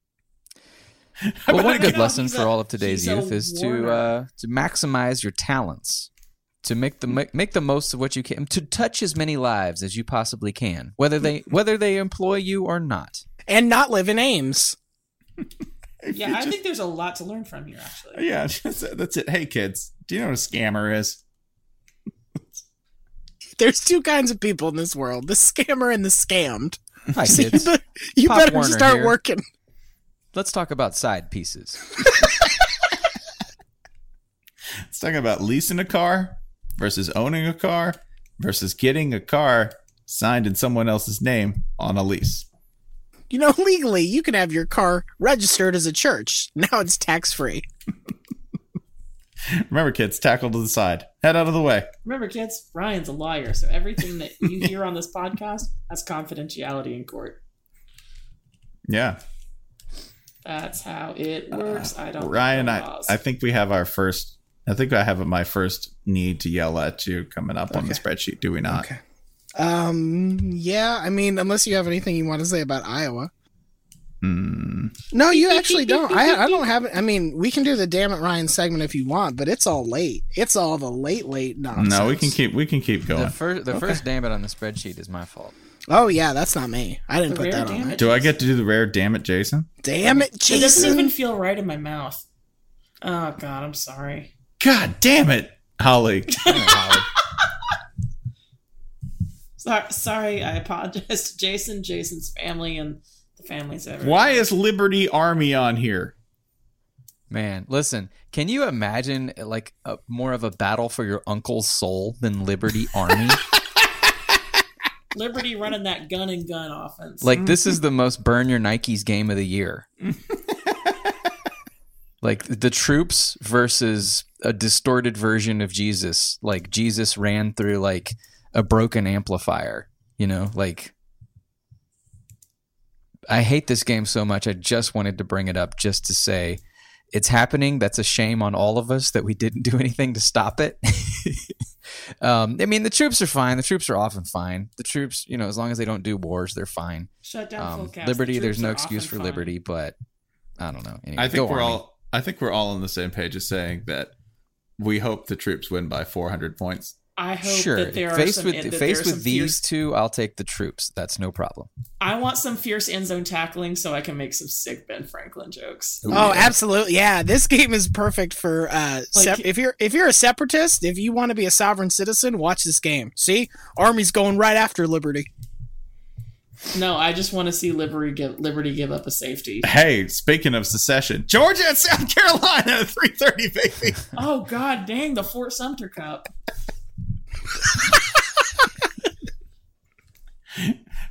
E: Well, one good lesson for all of today's
J: he's a
E: youth is to
J: warner.
E: uh, to maximize your talents, to make the make, make the most of what you can, to touch as many lives as you possibly can, whether they whether they employ you or not.
D: And not live in Ames.
B: Yeah, I think there's a lot to learn from here, actually.
C: yeah, that's that's it. Hey kids, do you know what a scammer is?
D: There's two kinds of people in this world the scammer and the scammed.
E: Hi,
D: So you
E: kids.
D: bet- you
E: Pop
D: better
E: Warner
D: start
E: here.
D: working.
E: Let's talk about side pieces.
C: It's talking about leasing a car versus owning a car versus getting a car signed in someone else's name on a lease.
D: You know, [laughs] legally, you can have your car registered as a church. [laughs] Now it's tax free.
C: Remember, kids, tackle to the side. Head out of the way.
B: Remember, kids, Ryan's a lawyer, so everything that
E: [laughs]
B: you hear on this podcast has confidentiality in court.
C: Yeah.
B: That's how it works. I don't.
C: Uh, Ryan,
B: know
C: I,
B: laws.
C: I think we have our first. I think I have my first need to yell at you coming up on the spreadsheet. Do we not? Okay.
D: Um, yeah, I mean, unless you have anything you want to say about Iowa. No, you actually don't. I, I don't have it. I mean, we can do the damn it Ryan segment if you want, but it's all late. It's all the late, late nonsense.
C: No, we can keep. We can keep
E: The
C: going.
E: first, the
D: Okay.
E: first damn it on the spreadsheet is my fault.
D: Oh, yeah, that's not me. I didn't
B: The
D: put
B: rare
D: that on.
B: damn
D: there.
B: it.
C: Do I get to do the rare? Damn it, Jason!
D: Damn it,
B: It doesn't
D: Jason.
B: even feel right in my mouth. Oh God, I'm sorry.
C: God damn it,
E: [laughs]
C: Holly!
B: So- sorry, I apologize to Jason, Jason's family, and the families everywhere.
C: Why is Liberty Army on here?
E: Man, listen, can you imagine like a, more of a battle for your uncle's soul than Liberty Army?
B: [laughs] Liberty running that gun and gun offense?
E: like this
C: Mm-hmm.
E: is the most burn your Nikes game of the year. like the troops versus a distorted version of Jesus. Like Jesus ran through like a broken amplifier, you know, like I hate this game so much. I just wanted to bring it up just to say it's happening. That's a shame on all of us that we didn't do [laughs] anything to stop it. um, I mean, the troops are fine. The troops are often fine. The troops, you know, as long as they don't do wars, they're fine.
B: Shut down full
E: Um,
B: cast.
E: liberty,
B: The
E: there's
B: troops
E: no
B: are
E: excuse for
B: often fine.
E: liberty, but I don't know. Anyway,
C: I
E: go
C: think we're
E: Army.
C: all. I think we're all on the same page as saying that we hope the troops win by 400 points.
B: I hope
E: sure.
B: that there are
E: faced
B: some
E: with
B: that there
E: faced
B: are some
E: with these
B: fierce-
E: two, I'll take the troops. That's no problem.
B: I want some fierce end zone tackling so I can make some sick Ben Franklin jokes.
D: Oh, absolutely. Yeah, this game is perfect for uh sep-
B: Like-
D: if you're if you're a separatist, if you want to be a sovereign citizen, watch this game. See? Army's going right after liberty.
B: No, I just want to see Liberty give Liberty give up
E: [laughs]
B: a safety.
C: Hey, speaking of secession, Georgia and South Carolina, [laughs] three thirty, baby.
B: Oh God, dang the Fort Sumter Cup.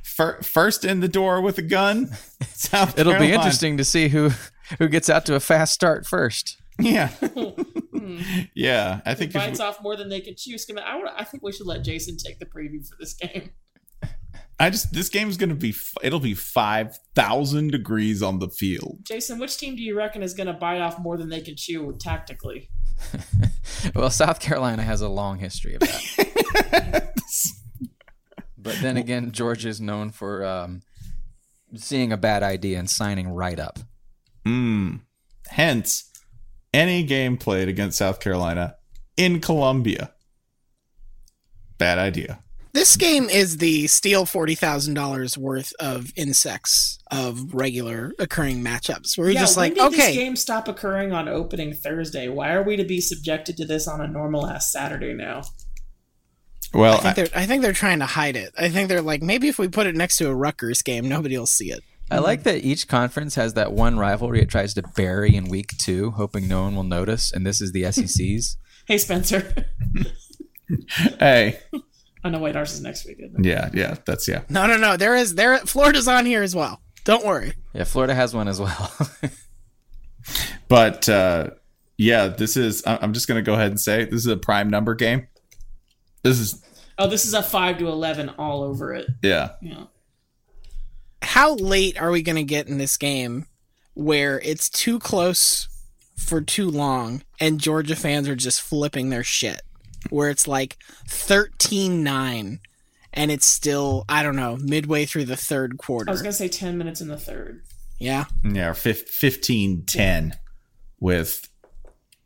C: Fir- First in the door with a gun. South
E: It'll be
C: Carolina.
E: interesting to see who who gets out to a fast start first.
C: Yeah,
B: Hmm.
C: yeah. I think
B: It bites
C: if,
B: off more than they can chew. Skim- I, would, I think we should let Jason take the preview for this game. [laughs]
C: I just this game is going to be. f- It'll be five thousand degrees on the field.
B: Jason, which team do you reckon is going to bite off more than they can chew tactically?
E: Well, [laughs] South Carolina has a long history of that. but then again, Georgia is known for um, seeing a bad idea and signing right up.
C: Mm. Hence, any game played against South Carolina in Columbia, bad idea.
D: This game is the steal forty thousand dollars worth of insects of regular occurring matchups. Where you're just
B: when
D: like,
B: did
D: okay,
B: this game stop occurring on opening Thursday? Why are we to be subjected to this on a normal ass Saturday now?
D: I
C: Well,
D: think they're I think they're trying to hide it. I think they're like, maybe if we put it next to a Rutgers game, nobody will see it.
E: I like that each conference has that one rivalry it tries to bury in week two, hoping no one will notice. And this is the E SEC's.
B: [laughs] Hey, Spencer. [laughs]
C: Hey,
B: oh no, wait, ours is next week. Isn't it?
C: yeah, yeah. That's yeah.
D: No, no, no. There is there. Florida's on here as well. Don't worry.
E: Yeah, Florida has one as well. [laughs]
C: But uh, yeah, this is. I- I'm just going to go ahead and say this is a prime number game. This is
B: Oh, this is a five to eleven all over it.
C: yeah.
B: Yeah.
D: How late are we going to get in this game where it's too close for too long, and Georgia fans are just flipping their shit? Where it's like 13-9, and it's still I don't know midway through the third quarter.
B: I was gonna say ten minutes in the third.
D: yeah.
C: Yeah, fif- 15 10 with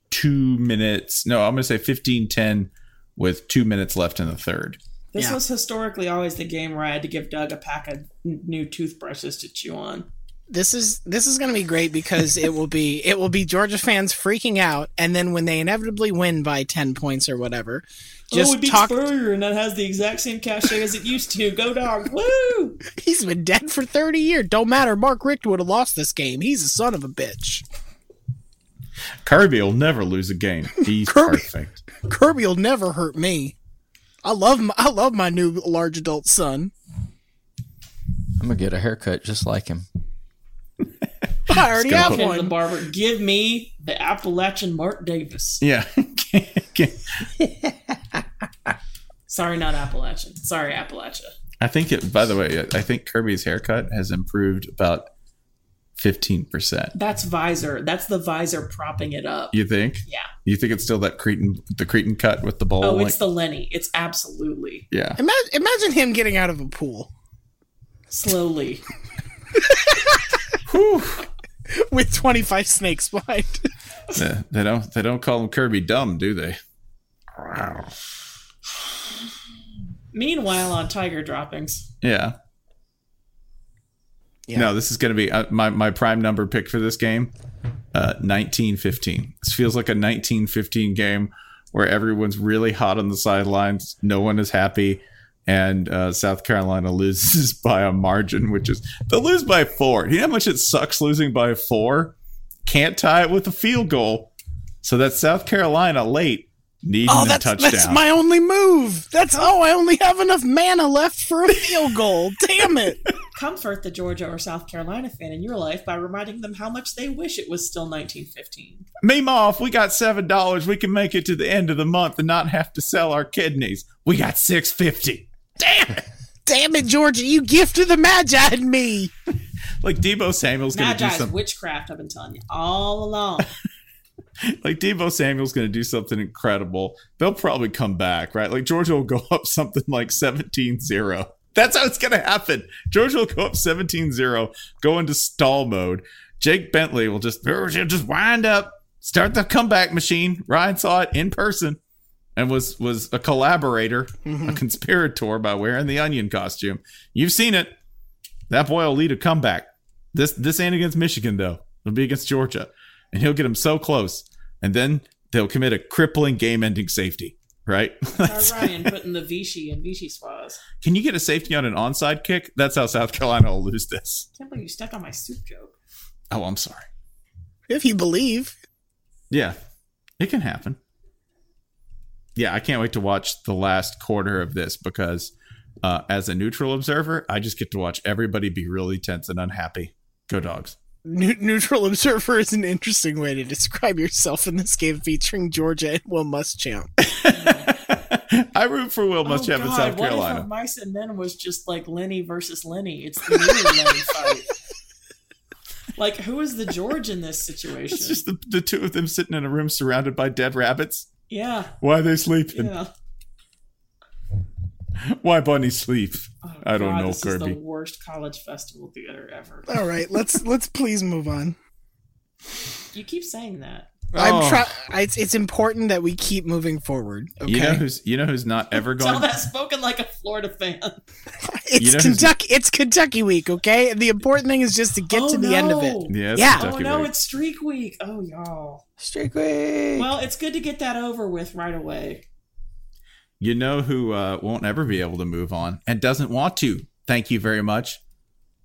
C: two minutes. No, I'm going to say 15 10 with two minutes left in the third.
B: This
D: Yeah.
B: was historically always the game where I had to give Doug a pack of n- new toothbrushes to chew on.
D: this is this is going to be great because it will be it will be Georgia fans freaking out, and then when they inevitably win by ten points or whatever,
B: oh,
D: just
B: it beats
D: talk.
B: Spurrier, and that has the exact same cachet as it used to. Go dog, woo!
D: He's been dead for thirty years. Don't matter. Mark Richt would have lost this game. He's a son of a bitch.
C: Kirby will never lose a game. He's
D: Kirby.
C: perfect.
D: Kirby will never hurt me. I love my, I love my new large adult son.
E: I'm going to get a haircut just like him.
D: I already
C: gonna
D: have
C: put-
B: Came to the
D: one.
B: barber. Give me the Appalachian Mark Davis.
C: Yeah. [laughs]
B: Sorry, not Appalachian. Sorry, Appalachia.
C: I think it, by the way, I think Kirby's haircut has improved about 15%.
B: That's visor. That's the visor propping it up.
C: You think?
B: Yeah.
C: You think it's still that Cretan, the Cretan cut with the bowl?
B: Oh,
C: like-
B: it's the Lenny. It's absolutely
C: yeah.
D: Ima- imagine him getting out of a pool [laughs]
B: slowly.
D: with twenty five snakes behind.
C: They, they don't, they don't call him Kirby dumb, do they?
B: Meanwhile, on Tiger droppings.
C: Yeah.
D: Yeah.
C: No, this is going to be uh, my my prime number pick for this game. Uh, nineteen fifteen. This feels like a nineteen fifteen game where everyone's really hot on the sidelines. No one is happy, and uh, South Carolina [laughs] loses by a margin, which is they lose by four. You know how much it sucks losing by four. Can't tie it with a field goal, so that's South Carolina late needing
D: Oh,
C: a
D: that's
C: touchdown.
D: that's my only move. That's oh, I only have enough mana left for a field goal. Damn it!
B: Comfort the Georgia or South Carolina fan in your life by reminding them how much they wish it was still 1915.
C: Meemaw, if we got seven dollars, we can make it to the end of the month and not have to sell our kidneys. We got six fifty.
D: Damn it, Georgia! You gifted the Magi and me.
C: Like Debo Samuel's gonna do
B: Magi's
C: something.
B: witchcraft, I've been telling you
C: [laughs]
B: all along.
C: Like Debo Samuel's gonna do something incredible. They'll probably come back, right? Like Georgia will go up something like 17-0. That's how it's gonna happen. Georgia will go up 17-0, go into stall mode. Jake Bentley "Oh, will just, just wind up, start the comeback machine. Ryan saw it in person. and was was a collaborator, a
B: Mhm.
C: conspirator by wearing the onion costume. You've seen it. That boy will lead a comeback. This this ain't against Michigan though. It'll be against Georgia, and he'll get him so close, and then they'll commit a crippling game-ending safety. Right? [laughs]
B: Uh, Ryan putting the Vichy and Vichy spas.
C: Can you get a safety on an onside kick? That's how South Carolina will lose this.
B: Can't believe you stepped on my soup joke.
C: Oh, I'm sorry.
D: If you believe.
C: Yeah, it can happen. Yeah, I can't wait to watch the last quarter of this because, uh, as a neutral observer, I just get to watch everybody be really tense and unhappy. Go dogs. [laughs]
D: Neu- neutral observer is an interesting way to describe yourself in this game featuring Georgia and Will Muschamp.
C: I root for Will Muschamp in South
B: Oh, what
C: Carolina.
B: if Mice and Men was just like Lenny versus Lenny? It's the new Lenny fight. Like, who is the George in this situation?
C: [laughs] It's just the, the two of them sitting in a room surrounded by dead rabbits.
B: yeah,
C: Why are they sleeping?
B: yeah.
C: Why bunnies sleep?
B: Oh,
C: I don't
B: God,
C: know,
B: this
C: Kirby.
B: Is the worst college festival theater ever.
D: All right, let's let's please move on.
B: You keep saying that.
C: Oh.
D: I'm try- I- it's, it's important that we keep moving forward. Okay.
C: You know who's you know who's not ever
B: [laughs] Tell
C: going.
B: that spoken like a Florida fan.
D: it's
C: you know who's-
D: Kentucky. It's Kentucky week. Okay. And the important thing is just to get to the end of it.
C: Yeah, it's
D: yeah.
C: Kentucky
B: oh no,
C: week.
B: it's streak week. Oh y'all.
E: Streak week.
B: Well, it's good to get that over with right away.
C: You know who uh, won't ever be able to move on and doesn't want to. Thank you very much.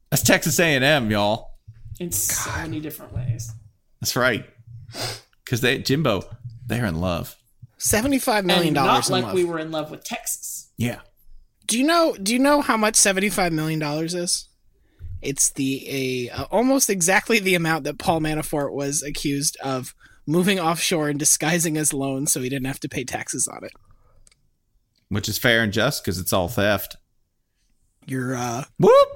C: That's Texas A&M, y'all.
B: In so many different ways.
C: That's right. Because they Jimbo, they're in love.
D: Seventy-five million
B: and
D: dollars
B: not
D: in
B: like
D: love.
B: we were in love with Texas.
C: Yeah.
D: Do you know? Do you know how much seventy-five million dollars is? It's the a uh, almost exactly the amount that Paul Manafort was accused of moving offshore and disguising his loan so he didn't have to pay taxes on it.
C: Which is fair and just because it's all theft.
D: You're uh,
C: Whoop.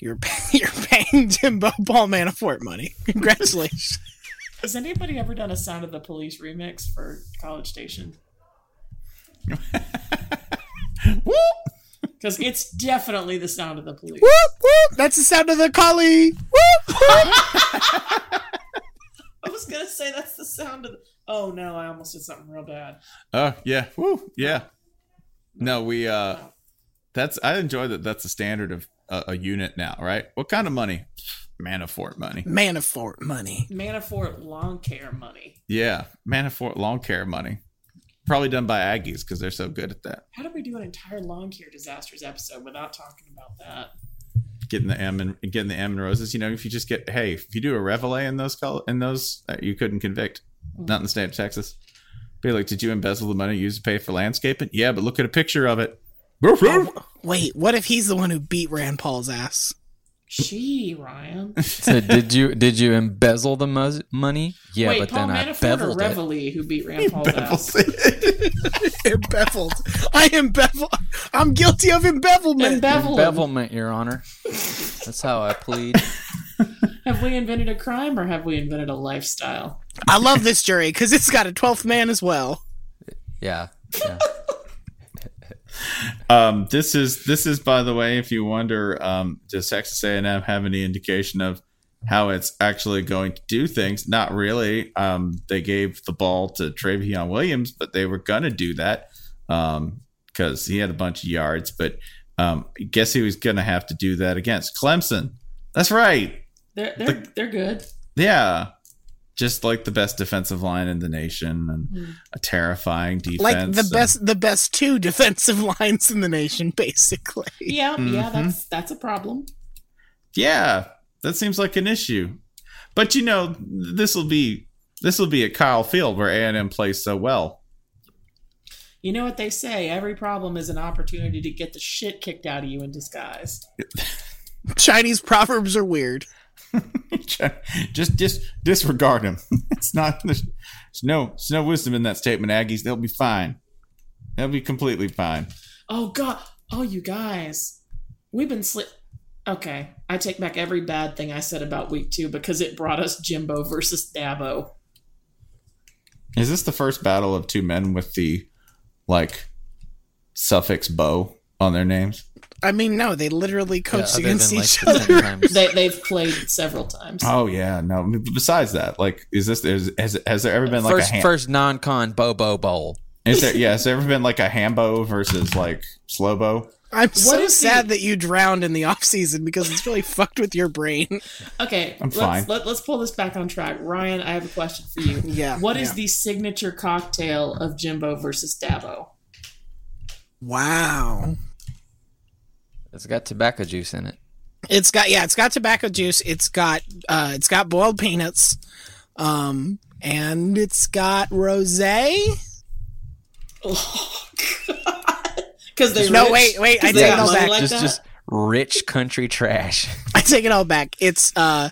D: You're pay- [laughs] you're paying Jimbo Paul Manafort money. [laughs] Congratulations.
B: Has anybody ever done a Sound of the Police remix for
D: [laughs]
B: College Station? Because it's definitely the sound of the police.
D: whoop whoop. That's the sound of the collie. Whoop whoop.
B: I was gonna say that's the sound of. The- oh no, I almost did something real bad.
C: Oh yeah, Woo. yeah. No, we. uh That's I enjoy that. That's the standard of a, a unit now, right? What kind of money? Manafort money.
D: Manafort money.
B: Manafort lawn care money.
C: Yeah, Manafort lawn care money. Probably done by Aggies because they're so good at that.
B: How did we do an entire lawn care disasters episode without talking about that?
C: Getting the M and getting the M and roses. You know, if you just get hey, if you do a reveille in those col- in those, uh, you couldn't convict. Not in the state of Texas. Be like, did you embezzle the money used to pay for landscaping? Yeah, but look at a picture of it.
D: Wait, what if he's the one who beat Rand Paul's ass?
B: Gee, Ryan.
E: So did you did you embezzle the mu- money? [laughs] Yeah,
B: Wait,
E: but
B: Paul
E: then I
B: Manafort or
E: beveled it.
B: Reveille who beat Rand Paul's ass?
D: embezzled. [laughs] I embezzled. I'm guilty of embezzlement.
E: Embezzlement, Your Honor.
B: [laughs]
E: That's how I plead.
B: Have we invented a crime or have we invented a lifestyle?
D: I love this jury because it's got a twelfth man as well.
E: Yeah. yeah.
C: [laughs] Um, this is this is by the way, if you wonder, um, does Texas A and M have any indication of how it's actually going to do things? Not really. Um, they gave the ball to Travion Williams, but they were gonna do that because he had a bunch of yards. But um, guess who was gonna have to do that against Clemson? That's right.
B: They're they're they're good.
C: Yeah. Just like the best defensive line in the nation and a terrifying defense.
D: Hmm. Like the
C: and-
D: best, the best two [laughs] defensive lines in the nation, basically.
B: Yeah, yeah,
C: Mhm.
B: that's that's a problem.
C: Yeah, that seems like an issue. But you know, this will be this will be at Kyle Field where A and M plays so well. [laughs]
B: You know what they say, every problem is an opportunity to get the shit kicked out of you in disguise.
D: Chinese proverbs are weird.
C: just just disregard him. [laughs] it's not there's, there's no there's no wisdom in that statement, Aggies. They'll be fine. They'll be completely fine.
B: Oh god. Oh you guys. We've been sli Okay, I take back every bad thing I said about week 2 because it brought us Jimbo versus Dabo.
C: Is this the first battle of two men with the like suffix bow on their names?
D: I mean, no, they literally coached
C: other than,
D: against
C: like,
D: each
C: the
D: [laughs] other.
B: They they've played several times.
C: Oh yeah, no. I mean, Besides that, like, is this is, has has there ever been like
E: first
C: a hand-
E: first non con Bobo Bowl.
C: Is there? Yeah. Has there ever been like a hambo versus like slobo?
D: I'm so
B: is the-
D: sad that you drowned in the off season because it's really fucked with your brain.
B: Okay,
C: I'm
B: let's,
C: fine.
B: Let, let's pull this back on track. Ryan, I have a question for you.
D: Yeah.
B: What is
D: yeah.
B: the signature cocktail of Jimbo versus Dabo?
D: Wow.
E: It's got tobacco juice in it.
D: It's got yeah, it's got tobacco juice. It's got uh, it's got boiled peanuts, um, and it's got rosé.
B: Because they
D: no
B: rich?
D: wait wait
B: 'Cause
D: I
B: they
D: take it
B: got
D: all
B: money
D: back.
B: like
E: just
B: that?
E: just rich country trash.
D: I take it all back. It's uh,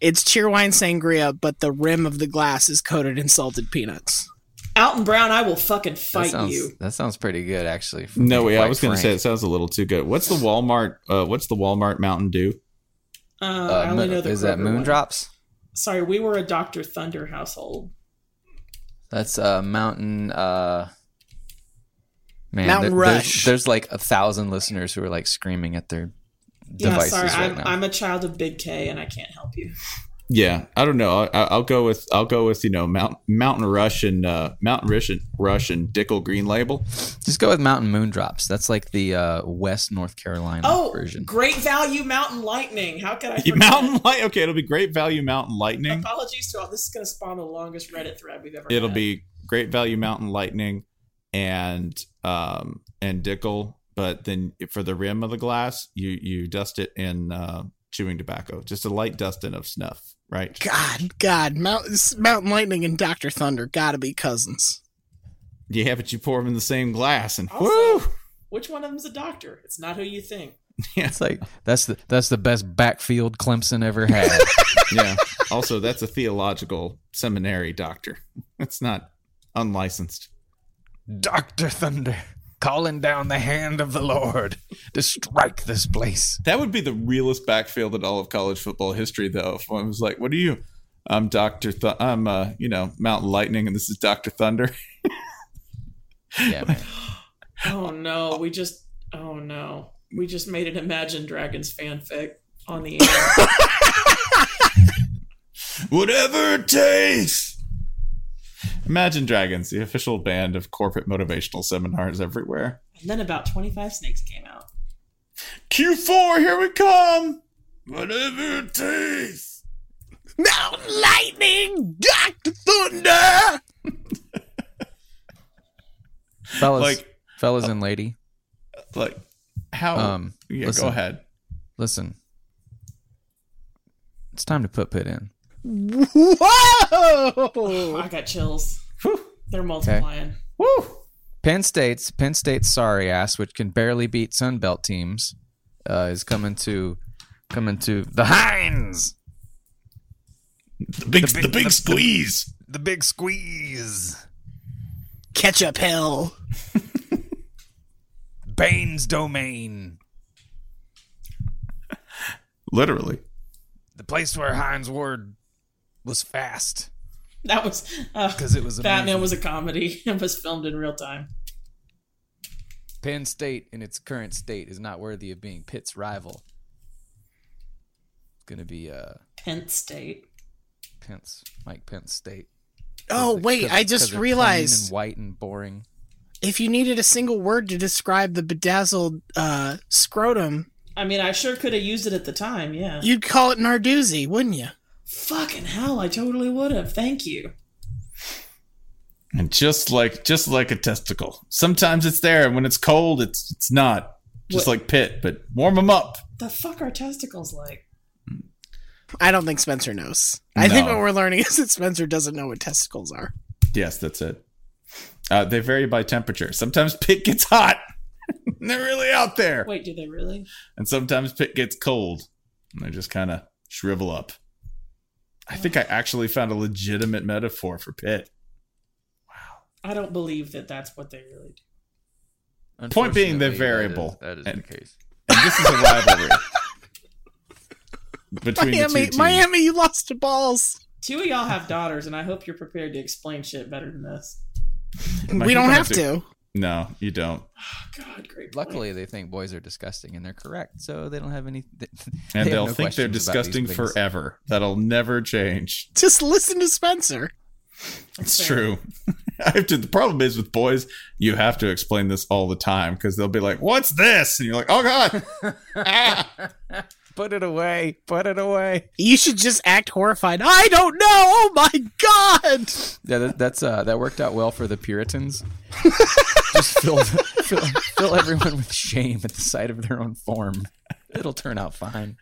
D: it's cheerwine sangria, but the rim of the glass is coated in salted peanuts.
B: Alton Brown, I will fucking
E: That
B: fight
E: sounds,
B: you.
E: that sounds pretty good, actually. if
C: No
E: I'm
C: way. I
E: quite
C: was going to
E: frank.
C: say it sounds a little too good. What's the Walmart? Uh, what's the Walmart Mountain Dew?
B: Uh,
E: Uh,
B: I only
E: moon-
B: know the
E: is that
B: Kroger one.
E: Moondrops?
B: Sorry, we were a Doctor Thunder household.
E: That's uh, Mountain. Uh, man,
B: Mountain
E: there- there's-
B: Rush.
E: There's, like a thousand listeners who are like screaming at their
B: Yeah,
E: devices
B: sorry,
E: right
B: I'm,
E: now.
B: I'm a child of Big K, and I can't help you.
C: Yeah, I don't know. I, I- I'll go with I'll go with you know Mount, Mountain Rush and uh, Mountain Rush and, Rush and Dickel Green Label.
E: Just go with Mountain Moondrops. That's like the uh, West North Carolina
B: Oh,
E: version.
B: great value, Mountain Lightning. How could I?
C: [laughs] Yeah,
B: forget?
C: Mountain Light. Okay, it'll be Great Value Mountain Lightning.
B: Apologies to all. This is going to spawn the longest Reddit thread we've ever.
C: It'll
B: had.
C: be Great Value Mountain Lightning and um and Dickel. But then for the rim of the glass, you you dust it in uh, chewing tobacco, just a light dusting of snuff, right?
D: God, God, Mount, Mountain Lightning and Doctor Thunder gotta be cousins.
C: Yeah, but you pour them in the same glass, and
B: Also,
C: whoo,
B: Which one of them's a doctor? It's not who you think.
E: It's like that's the that's the best backfield Clemson ever
B: [laughs]
E: had.
C: yeah. Also, that's a theological seminary doctor. That's not unlicensed.
E: Doctor Thunder, calling down the hand of the Lord to strike this place.
C: That would be the realest backfield in all of college football history, though. If one was like, "What are you?" I'm Doctor. Th- I'm uh, you know, Mountain Lightning, and this is Doctor Thunder. [laughs]
E: Yeah, man.
B: Oh [laughs] no, we just. Oh no, we just made an Imagine Dragons fanfic on the air.
C: Whatever it takes. Imagine Dragons, the official band of corporate motivational seminars everywhere.
B: [laughs] and then about twenty-five snakes came out.
C: Q4, here we come. Whatever it takes.
D: Mountain Lightning, Doctor Thunder.
E: fellas,
B: oh.
C: Like-
E: fellas and lady.
C: Like how?
E: Um,
C: yeah,
E: listen.
C: go ahead.
E: Listen, it's time to put put in.
B: Oh,
D: Whoa!
B: I got chills. They're multiplying.
E: Penn State's Penn State's sorry ass, which can barely beat Sunbelt teams, uh, is coming to coming to the Hines.
C: The big, the big, squeeze.
E: The big squeeze.
D: Ketchup Hill.
E: Baines Domain.
C: Literally.
E: The place where Heinz Ward was fast.
B: That was because
E: 'Cause it was
B: Batman
E: amazing.
B: was a comedy. [laughs] It was filmed in real time.
E: Penn State in its current state is not worthy of being Pitt's rival. It's gonna be uh
B: Penn State.
E: Pence, Mike Pence State.
D: Oh
E: 'Cause they-
D: wait,
E: 'cause-
D: I
E: 'cause
D: just
E: they're plain
D: realized
E: and white and boring.
D: if you needed a single word to describe the bedazzled uh, scrotum,
B: I mean, I sure could have used it at the time. Yeah.
D: you'd call it Narduzzi, wouldn't you?
B: Fucking hell, I totally would have. Thank you.
C: And just like just like a testicle. Sometimes it's there, and when it's cold, it's it's not. Just
B: What-
C: like pit, but warm them up.
B: The fuck are testicles like?
D: I don't think Spencer knows. I think
C: No.
D: what we're learning [laughs] is that Spencer doesn't know what testicles are.
C: Yes, that's it. Uh, they vary by temperature. Sometimes pit gets hot. [laughs] and they're really out there.
B: Wait, do they really?
C: And sometimes pit gets cold. And they just kind of shrivel up. I think I actually found a legitimate metaphor for pit.
B: I don't believe that that's what they really do.
C: Point being, they're
E: Unfortunately, that is-
C: variable.
E: That is,
C: And-
E: the case.
C: And this is a
E: [laughs]
C: rivalry between the two
D: Miami,
C: teams.
D: Miami, you lost to balls.
B: Two of y'all have daughters, and I hope you're prepared to explain shit better than this.
C: Mike,
D: we
C: you
D: don't
C: don't
D: have
C: do-
D: to.
C: No, you don't.
B: Oh, God, great. point.
E: Luckily, they think boys are disgusting, and they're correct, so they don't have any. [laughs] They,
C: And
E: they have
C: they'll
E: no
C: think they're
E: questions about these
C: disgusting
E: things.
C: forever. That'll never change.
D: Just listen to Spencer.
C: It's
B: fair.
C: true. [laughs] I have to. The problem is with boys, you have to explain this all the time because they'll be like, "What's this?" and you're like, "Oh God!"
E: Put it away. Put it away.
D: You should just act horrified. I don't know. Oh my god.
E: Yeah, that, that's uh, that worked out well for
C: [laughs]
E: the Puritans. Just fill, fill fill everyone with shame at the sight of their own form. It'll turn out fine.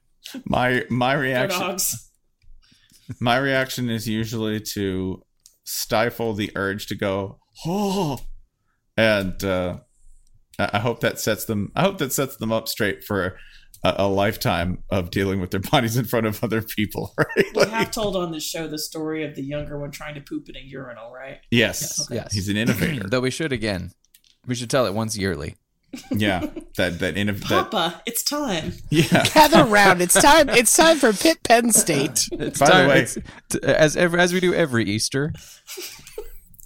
C: My my
B: They're
C: reaction. [laughs]
B: dogs.
C: My reaction is usually to stifle the urge to go, "Oh," and uh, I I hope that sets them. I hope that sets them up straight for a, a lifetime of dealing with their [laughs] bodies in front of other people. [laughs] Right?
B: We have told on this show the story of the younger one trying to poop in a urinal, right?
C: Yes.
B: Yeah, okay.
E: Yes.
C: He's an innovator.
E: Though we should again. We should tell it once yearly.
C: [laughs] yeah, that that innov- that
B: Papa, it's time.
C: yeah.
D: Gather round. It's time. It's time for Pitt Penn State.
E: It's
C: By the way-
E: it's- t- as ev- as we do every Easter.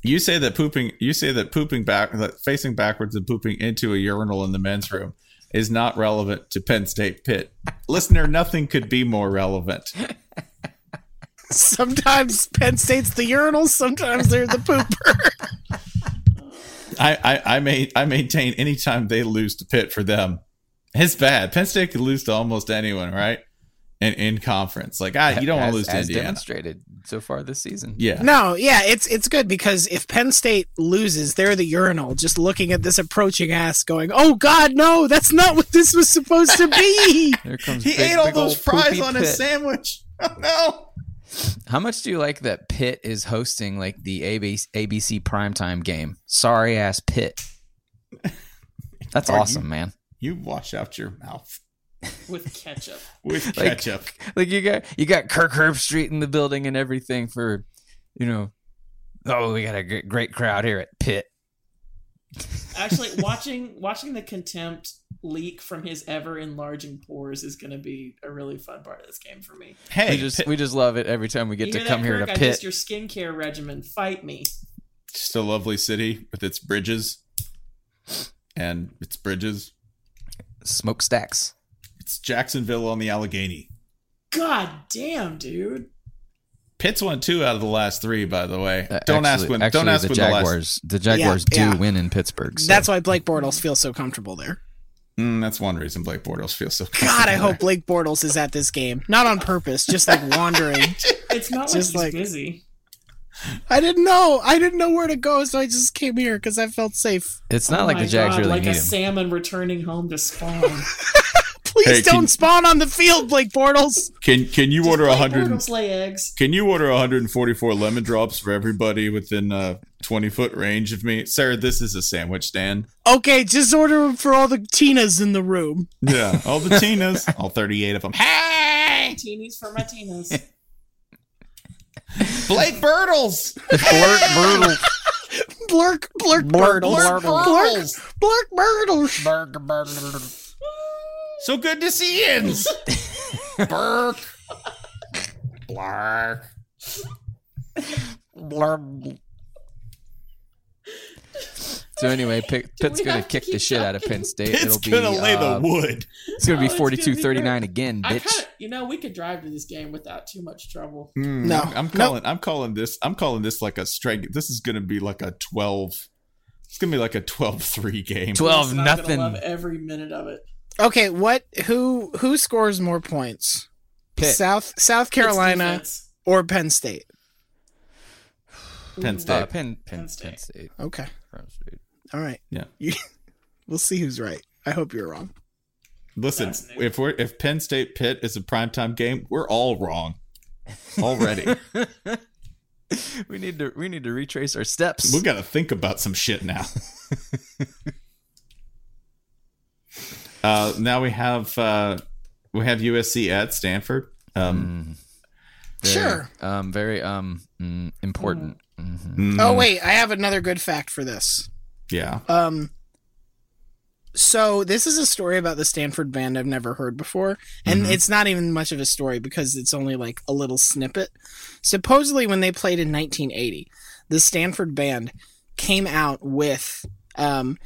C: You say that pooping. You say that pooping back, that facing backwards and pooping into a urinal in the men's room is not relevant to Penn State Pitt. Listener, nothing could be more relevant.
D: Sometimes Penn State's the urinal. Sometimes they're the pooper.
C: I, I, I may, I maintain anytime they lose to Pitt for them, it's bad. Penn State could lose to almost anyone, right? And in conference, like ah, you don't want
E: as-
C: to lose to
E: as
C: Indiana.
E: demonstrated so far this season.
C: Yeah,
D: No, yeah, it's it's good because if Penn State loses, they're the urinal, just looking at this approaching ass, going, "Oh God, no! That's not what this was supposed to be."
E: There comes
C: he
E: big,
C: ate all
E: big
C: those
E: old poopy
C: fries on his
E: Pitt.
C: sandwich. [laughs] Oh, no.
E: How much do you like that Pitt is hosting like the ABC, ABC primetime game? Sorry ass Pitt. That's
C: Are you-
E: awesome, man.
C: You wash out your mouth
B: With ketchup.
C: with
E: Like-
C: ketchup.
E: Like you got you got Kirk Herbstreit in the building and everything for, you know, oh we got a gr- great crowd here at Pitt.
B: Actually, watching watching the contempt leak from his ever enlarging pores is going to be a really fun part of this game for me.
C: hey,
E: we just
C: Pitt-
E: we just love it every time we get
B: You
E: to
B: hear that,
E: come here to
B: Kirk? I
E: Pitt.
B: missed your skincare regimen. Fight me.
C: just a lovely city with its bridges and its bridges.
E: Smokestacks.
C: It's Jacksonville on the Allegheny.
B: God damn, dude.
C: Pitt's won two out of the last three, by the way.
E: Uh,
C: don't ask
E: actually-
C: when.
E: actually,
C: don't ask
E: the
C: when
E: Jaguars. The, Jaguars do
D: yeah.
E: win in Pittsburgh. so-
D: That's why Blake Bortles feels so comfortable there.
C: the last. Mm, that's one reason Blake Bortles feels so.
D: God,
E: [laughs]
D: I
C: comfortable
D: hope Blake Bortles is at this game, not on purpose, just like wandering.
B: It's not like
D: Just
B: he's
D: like-
B: busy.
D: I didn't know. I didn't know where to go, so I just came here because I felt safe.
E: it's not
B: Oh
E: like
B: my
E: the Jags
B: God,
E: really
B: like
E: need
B: a
E: him.
B: salmon returning home
E: [laughs]
B: to spawn.
D: Please
C: Hey, can-
D: don't spawn on the field, Blake Bortles.
C: there. Can Can you order a
B: Blake
C: hundred?
B: Bortles lay eggs.
C: Can you order 144 lemon drops for everybody within uh 20 foot range of me, Sarah? This is a sandwich stand.
D: Okay, just order them for all the Tinas in the room.
C: Yeah, all the Tinas, [laughs] all 38 of them. Hey,
B: Teenies for
E: [laughs]
B: my teenies.
C: Blake Bortles.
E: Blurt, Bertle.
D: Blurk, blurk,
E: Blurk,
D: Bortles.
E: blurk,
D: Blurk, blurk, Bortles.
C: So good to see Ian's. Burke. Blark.
E: So anyway, Pitt, Pitt's
B: we
E: gonna
B: have to
E: kick the
B: keep
E: shit out of
B: talking?
E: Penn State.
C: It's
E: It'll be
C: gonna lay
E: uh,
C: the wood.
E: it's gonna
B: Oh,
E: be
B: it's gonna be
E: 42-39
B: great.
E: again,
B: I
E: bitch.
B: kind of, you know, we could drive to this game without too much trouble.
D: No.
C: I'm, I'm calling. I'm calling this. I'm calling this like a strike. This is gonna be like a twelve. It's gonna be like a 12-3 game.
E: Twelve
B: And I'm gonna
E: nothing.
B: Love every minute of it.
D: Okay, what? Who? Who scores more points?
E: Pitt.
D: South South Carolina
B: It's
D: or Penn State?
C: Penn
E: Uh,
C: State.
E: Penn, Penn,
B: State.
E: Penn State.
D: Okay,
E: Penn State.
D: all right.
C: Yeah.
D: [laughs] You- we'll see who's right. I hope you're wrong.
C: Listen,
B: That's new.
C: if we're if Penn State Pitt is a primetime game, we're all wrong already.
E: [laughs] We need to we need to retrace our steps.
C: we gotta think about some shit
E: [laughs]
C: now. uh, now we have uh, we have USC at Stanford. Um,
E: Hmm. Very,
D: Sure.
E: Um, very um mm, important.
D: Oh wait, I have another good fact for this.
C: Yeah.
E: Uh,
D: Um, so this is a story about the Stanford band I've never heard before, and
B: Mm-hmm.
D: it's not even much of a story because it's only like a little snippet. Supposedly, when they played in 1980, the Stanford band came out with um,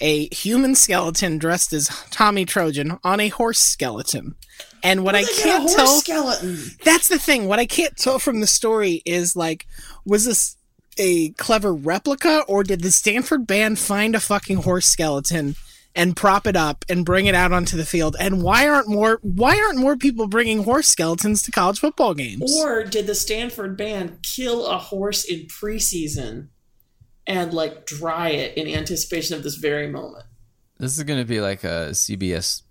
D: a human skeleton dressed as Tommy Trojan on a horse skeleton, and what I
B: Look at
D: can't
B: a horse
D: tell
B: skeleton.
D: that's the thing. What I can't tell from the story is like, was this a clever replica, or did the Stanford band find a fucking horse skeleton and prop it up and bring it out onto the field? And why aren't more why aren't more people bringing horse skeletons to college football games?
B: Or did the Stanford band kill a horse in preseason and like dry it in anticipation of this very moment?
E: This is going to be like a CBS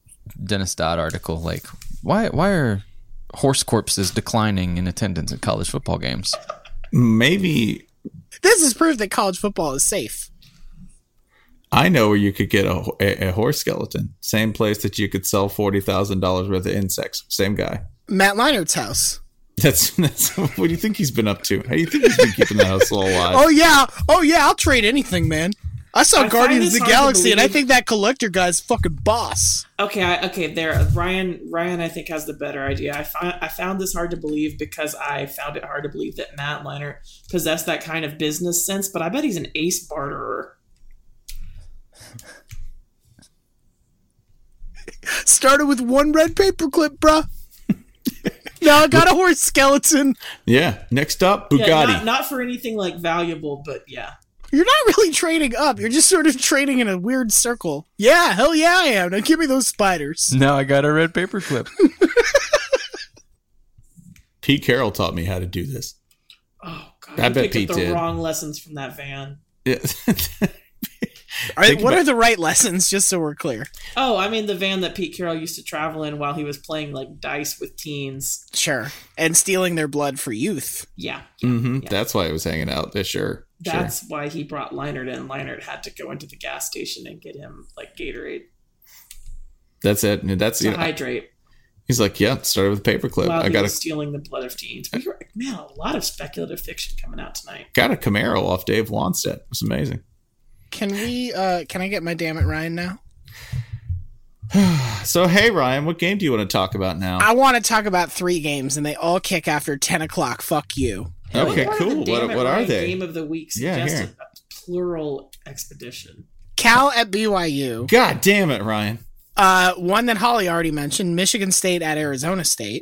E: Dennis Dodd article. Like, why why are horse corpses declining in attendance at college football games?
C: Maybe
D: This is proof that college football is safe.
C: I know where you could get a, a, a horse skeleton. Same place that you could sell forty thousand dollars worth of insects. Same guy. [laughs]
D: Matt Leinart's house.
C: That's, that's what do you think he's been up to? How do you think he's been keeping the hustle
B: [laughs]
C: alive?
D: Oh yeah, oh yeah, I'll trade anything, man. I
B: I
D: saw
B: find
D: Guardians
B: this
D: of the
B: hard to
D: Galaxy, and I
B: believe.
D: think that collector guy's fucking boss.
B: Okay, I, okay, there. Ryan, Ryan, I think has the better idea. I found I found this hard to believe because I found it hard to believe that Matt Leonard possessed that kind of business sense. But I bet he's an ace barterer.
D: Started with one red paperclip, bruh. [laughs] now I got a horse skeleton.
C: Yeah. Next up, Bugatti.
B: Yeah, not, not for anything like valuable, but yeah.
D: You're not really trading up. You're just sort of trading in a weird circle. Yeah, hell yeah, I am. Now give me those spiders.
E: Now I got a red
B: [laughs]
E: paperclip.
C: Pete Carroll taught me how to do this.
B: Oh god,
C: I
B: you
C: bet
B: picked
C: Pete
B: up the
C: did.
B: wrong lessons from that van.
C: Yeah. [laughs]
D: All right,
C: Think
D: what
C: about-
D: are the right lessons? Just so we're clear.
B: Oh, I mean the van that Pete Carroll used to travel in while he was playing like dice with teens.
D: Sure. And stealing their blood for youth.
B: Yeah,
C: hmm That's why it was hanging out. Yeah, sure.
B: that's
C: sure.
B: why he brought Leinart in. Leinart had to go into the gas station and get him like Gatorade
C: That's it. And that's
B: to
C: you know,
B: hydrate.
C: he's like, yeah, it started with a paperclip.
B: while
C: I
B: he
C: got a
B: was stealing the blood of teens. We were, man, a lot of speculative fiction coming out tonight.
C: got a Camaro off Dave Wanstead. It was amazing.
D: Can we? uh Can I get my damn it, Ryan? Now
C: So hey Ryan, what game do you want to talk about now?
D: I want to talk about three games, and they all kick after ten o'clock. Fuck you.
C: okay,
B: What are the
C: cool.
B: Damn
C: What,
B: It
C: what are
B: Ryan
C: they?
B: Game of the week
C: Yeah, here.
B: suggested a plural expedition.
D: Cal at BYU.
C: God damn it, Ryan.
D: Uh, one that Holly already mentioned: Michigan State at Arizona State,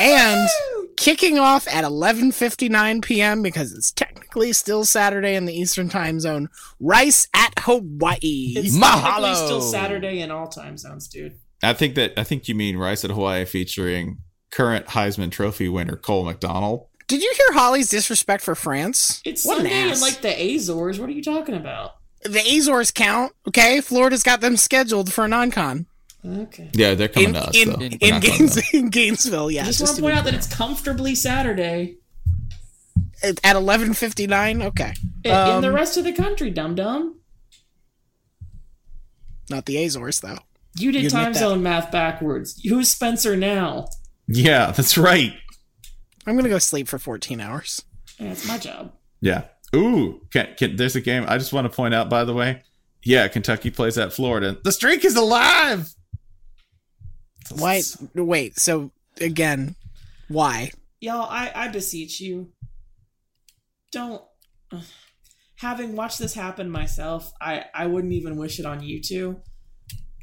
D: and kicking off at 11:59 p.m. because it's technically still Saturday in the Eastern Time Zone. Rice at Hawaii.
B: It's technically still Saturday in all time zones, dude.
C: I think that I think you mean Rice at Hawaii featuring current Heisman Trophy winner Cole McDonald.
D: Did you hear Holly's disrespect for France?
B: It's
D: What an
B: Sunday in
D: ass.
B: like the Azores. What are you talking about?
D: the Azores count. Okay, Florida's got them scheduled for a non-con
B: Okay.
C: Yeah, they're coming
D: in
C: to us
D: in,
C: though.
D: in,
C: We're not going
D: Gaines- [laughs]
C: to-
D: in Gainesville. Yeah,
B: I just,
D: just to
B: want to
D: be
B: point out that it's comfortably Saturday
D: at 11:59. Okay,
B: i- in
D: Um,
B: the rest of the country. Dum dum.
D: not the Azores though.
B: You did
D: you admit
B: time
D: that.
B: zone math backwards. Who's Spencer now?
C: Yeah, that's right.
D: I'm gonna go sleep for 14 hours.
B: Yeah, it's my job.
C: Yeah. Ooh, can, can, there's a game I just want to point out, by the way. Yeah, Kentucky plays at Florida. The streak is alive.
D: Why? Wait. So again, why?
B: Y'all, I, I beseech you, don't. Ugh. Having watched this happen myself, I, I wouldn't even wish it on you two.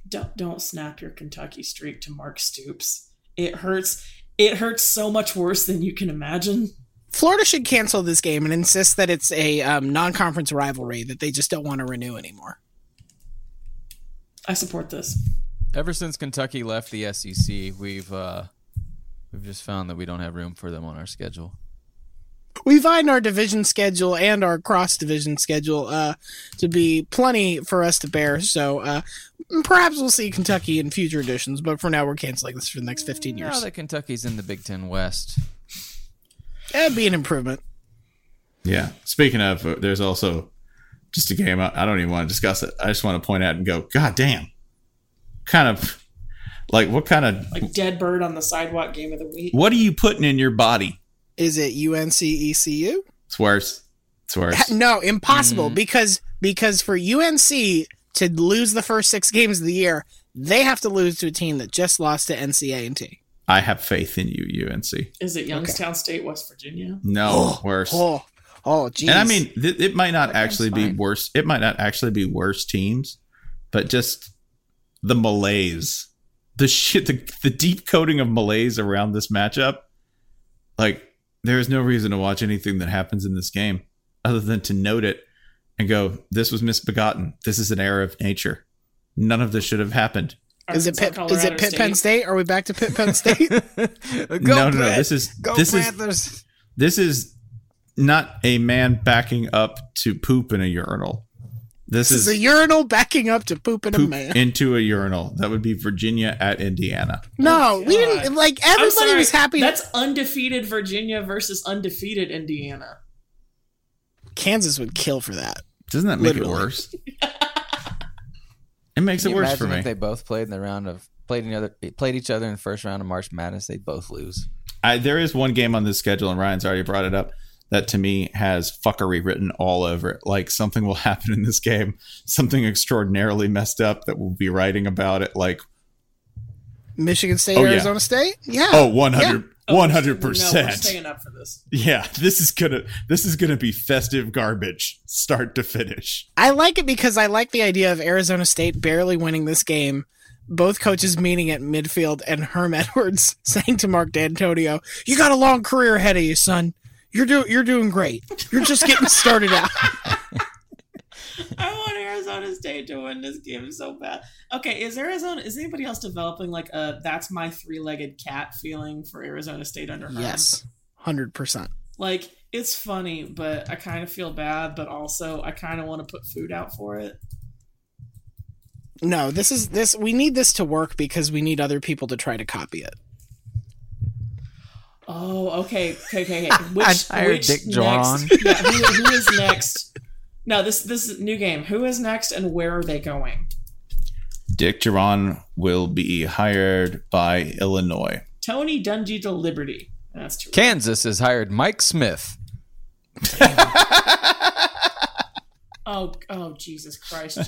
B: Don't don't snap your Kentucky streak to Mark Stoops. It hurts. It hurts so much worse than you can imagine.
D: Florida should cancel this game and insist that it's a um, non-conference rivalry that they just don't want to renew anymore.
B: I support this.
E: Ever since Kentucky left the SEC, we've uh, we've just found that we don't have room for them on our schedule.
D: We find our division schedule and our cross division schedule uh, to be plenty for us to bear. So uh, perhaps we'll see Kentucky in future editions, but for now we're canceling this for the next 15
E: Now
D: years.
E: that Kentucky's in the Big Ten West,
D: That'd be an improvement.
C: Yeah. Speaking of, uh, there's also just a game I, I don't even want to discuss it. I just want to point out and go, God damn. Kind of like what kind of
B: Like dead bird on the sidewalk game of the week.
C: what are you putting in your body?
D: Is it UNC ECU?
C: It's worse. It's
D: Ha-
C: worse.
D: [laughs] No, impossible
C: Mm-hmm.
D: because because for UNC to lose the first six games of the year, they have to lose to a team that just lost to NCAA.
C: I have faith in you, UNC.
B: Is it Youngstown State, West Virginia?
C: No, worse.
D: [gasps] Oh, oh, geez.
C: And I mean, th- it might not actually be worse. It might not actually be worse teams, but just the malaise, the shit, the, the deep coating of malaise around this matchup. Like, there is no reason to watch anything that happens in this game. other than to note it and go, this was misbegotten. This is an error of nature. None of this should
D: [laughs]
C: have happened.
D: Is it Pitt? Is
B: Colorado
D: it Pitt
B: State.
D: Penn State? Are we back to Pitt
C: [laughs]
D: Penn State?
C: no, no, no. This is
B: Oh,
C: this is this is not a man backing up to poop in a urinal. This,
D: This is
C: is,
D: a urinal backing up to pooping a
C: poop
D: man.
C: into a urinal. That would be Virginia at Indiana.
D: no, we didn't. Like
B: I'm
D: everybody was
B: sorry.
D: happy.
B: That's undefeated Virginia versus undefeated Indiana.
D: Kansas would kill for that.
C: Doesn't that make it worse? It makes
E: Can
C: it
E: you
C: worse
E: imagine
C: for me.
E: If they both played in the round of played another played each other in the first round of March Madness, they both lose.
C: I, there is one game on this schedule, and Ryan's already brought it up. That to me has fuckery written all over it. Like something will [laughs] happen in this game, something extraordinarily messed up that we'll be writing about it. Like,
D: Michigan State,
C: Oh, yeah.
D: Arizona State. Yeah.
C: oh, 100
D: Yeah.
C: 100
B: No, we're staying
C: percent.
B: up for this.
C: Yeah, [laughs] this is gonna this is gonna be festive garbage, start to finish.
D: I like it because I like the idea of Arizona State barely winning this game. Both coaches meeting at midfield, and Herm [laughs] Edwards saying to Mark D'Antonio, "You got a long career ahead of you, son. You're do- you're doing great. You're just getting started out."
B: I want Arizona State to win this game so bad. Okay, is Arizona? Is anybody else developing like a "that's my three-legged cat" feeling for Arizona State under Herm?
D: yes, hundred percent.
B: Like it's funny, but I kind of feel bad, but also I kind of want to put food out for it.
D: No, this is this. We need this to work because we need other people to try to copy it.
B: Oh, okay, okay,
D: [laughs]
B: okay. okay. Which,
E: Hire
B: which
E: Dick
B: next-
E: John.
B: Yeah, who, who is next? No, this this is new game. Who is next, and where are they going?
C: Dick Duran will be hired by Illinois.
B: Tony Dungy to Liberty. That's too.
E: Kansas has hired Mike Smith.
B: Oh, oh, Jesus Christ!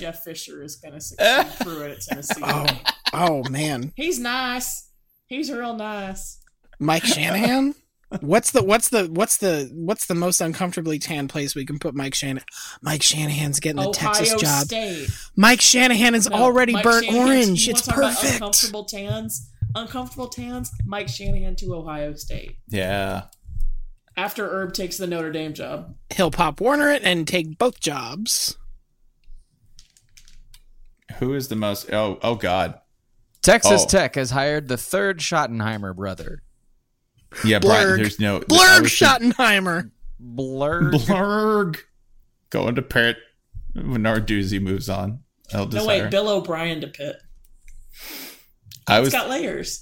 D: [laughs]
B: Jeff Fisher is going to succeed through it at Tennessee.
D: Oh, oh man,
B: He's nice. He's real nice.
D: Mike Shanahan. What's the what's the what's the what's the most uncomfortably tan place we can put Mike Shanahan? Mike Shanahan's getting a
B: Ohio
D: Texas job.
B: State.
D: Mike Shanahan is
B: No,
D: already
B: Mike
D: burnt
B: Shanahan's-
D: orange.
B: you
D: It's
B: wanna talk about
D: perfect.
B: Uncomfortable tans. Uncomfortable tans. Mike Shanahan to Ohio State
C: Yeah.
B: after Herb takes the Notre Dame job.
D: He'll pop Warner it and take both jobs.
C: Who is the most oh oh god.
E: Texas
C: Oh.
E: Tech has hired the third Schottenheimer brother.
D: Blurg.
C: Yeah, Brian, there's no I
D: Blurb
C: was thinking-
D: Schottenheimer.
E: Blur.
C: Blurg. Going to Pitt when Narduzzi moves on. I'll
B: No
C: decide.
B: wait, Bill O'Brien to Pitt.
C: I
B: It's
C: was
B: got layers.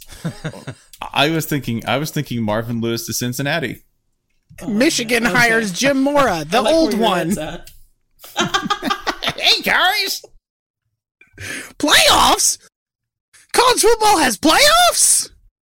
C: I was thinking I was thinking Marvin Lewis to Cincinnati.
D: Michigan hires Jim
B: [laughs]
D: Mora, the
B: Oh, I like
D: old
B: where your
D: one.
B: head's at.
D: Hey guys, playoffs. College football has playoffs.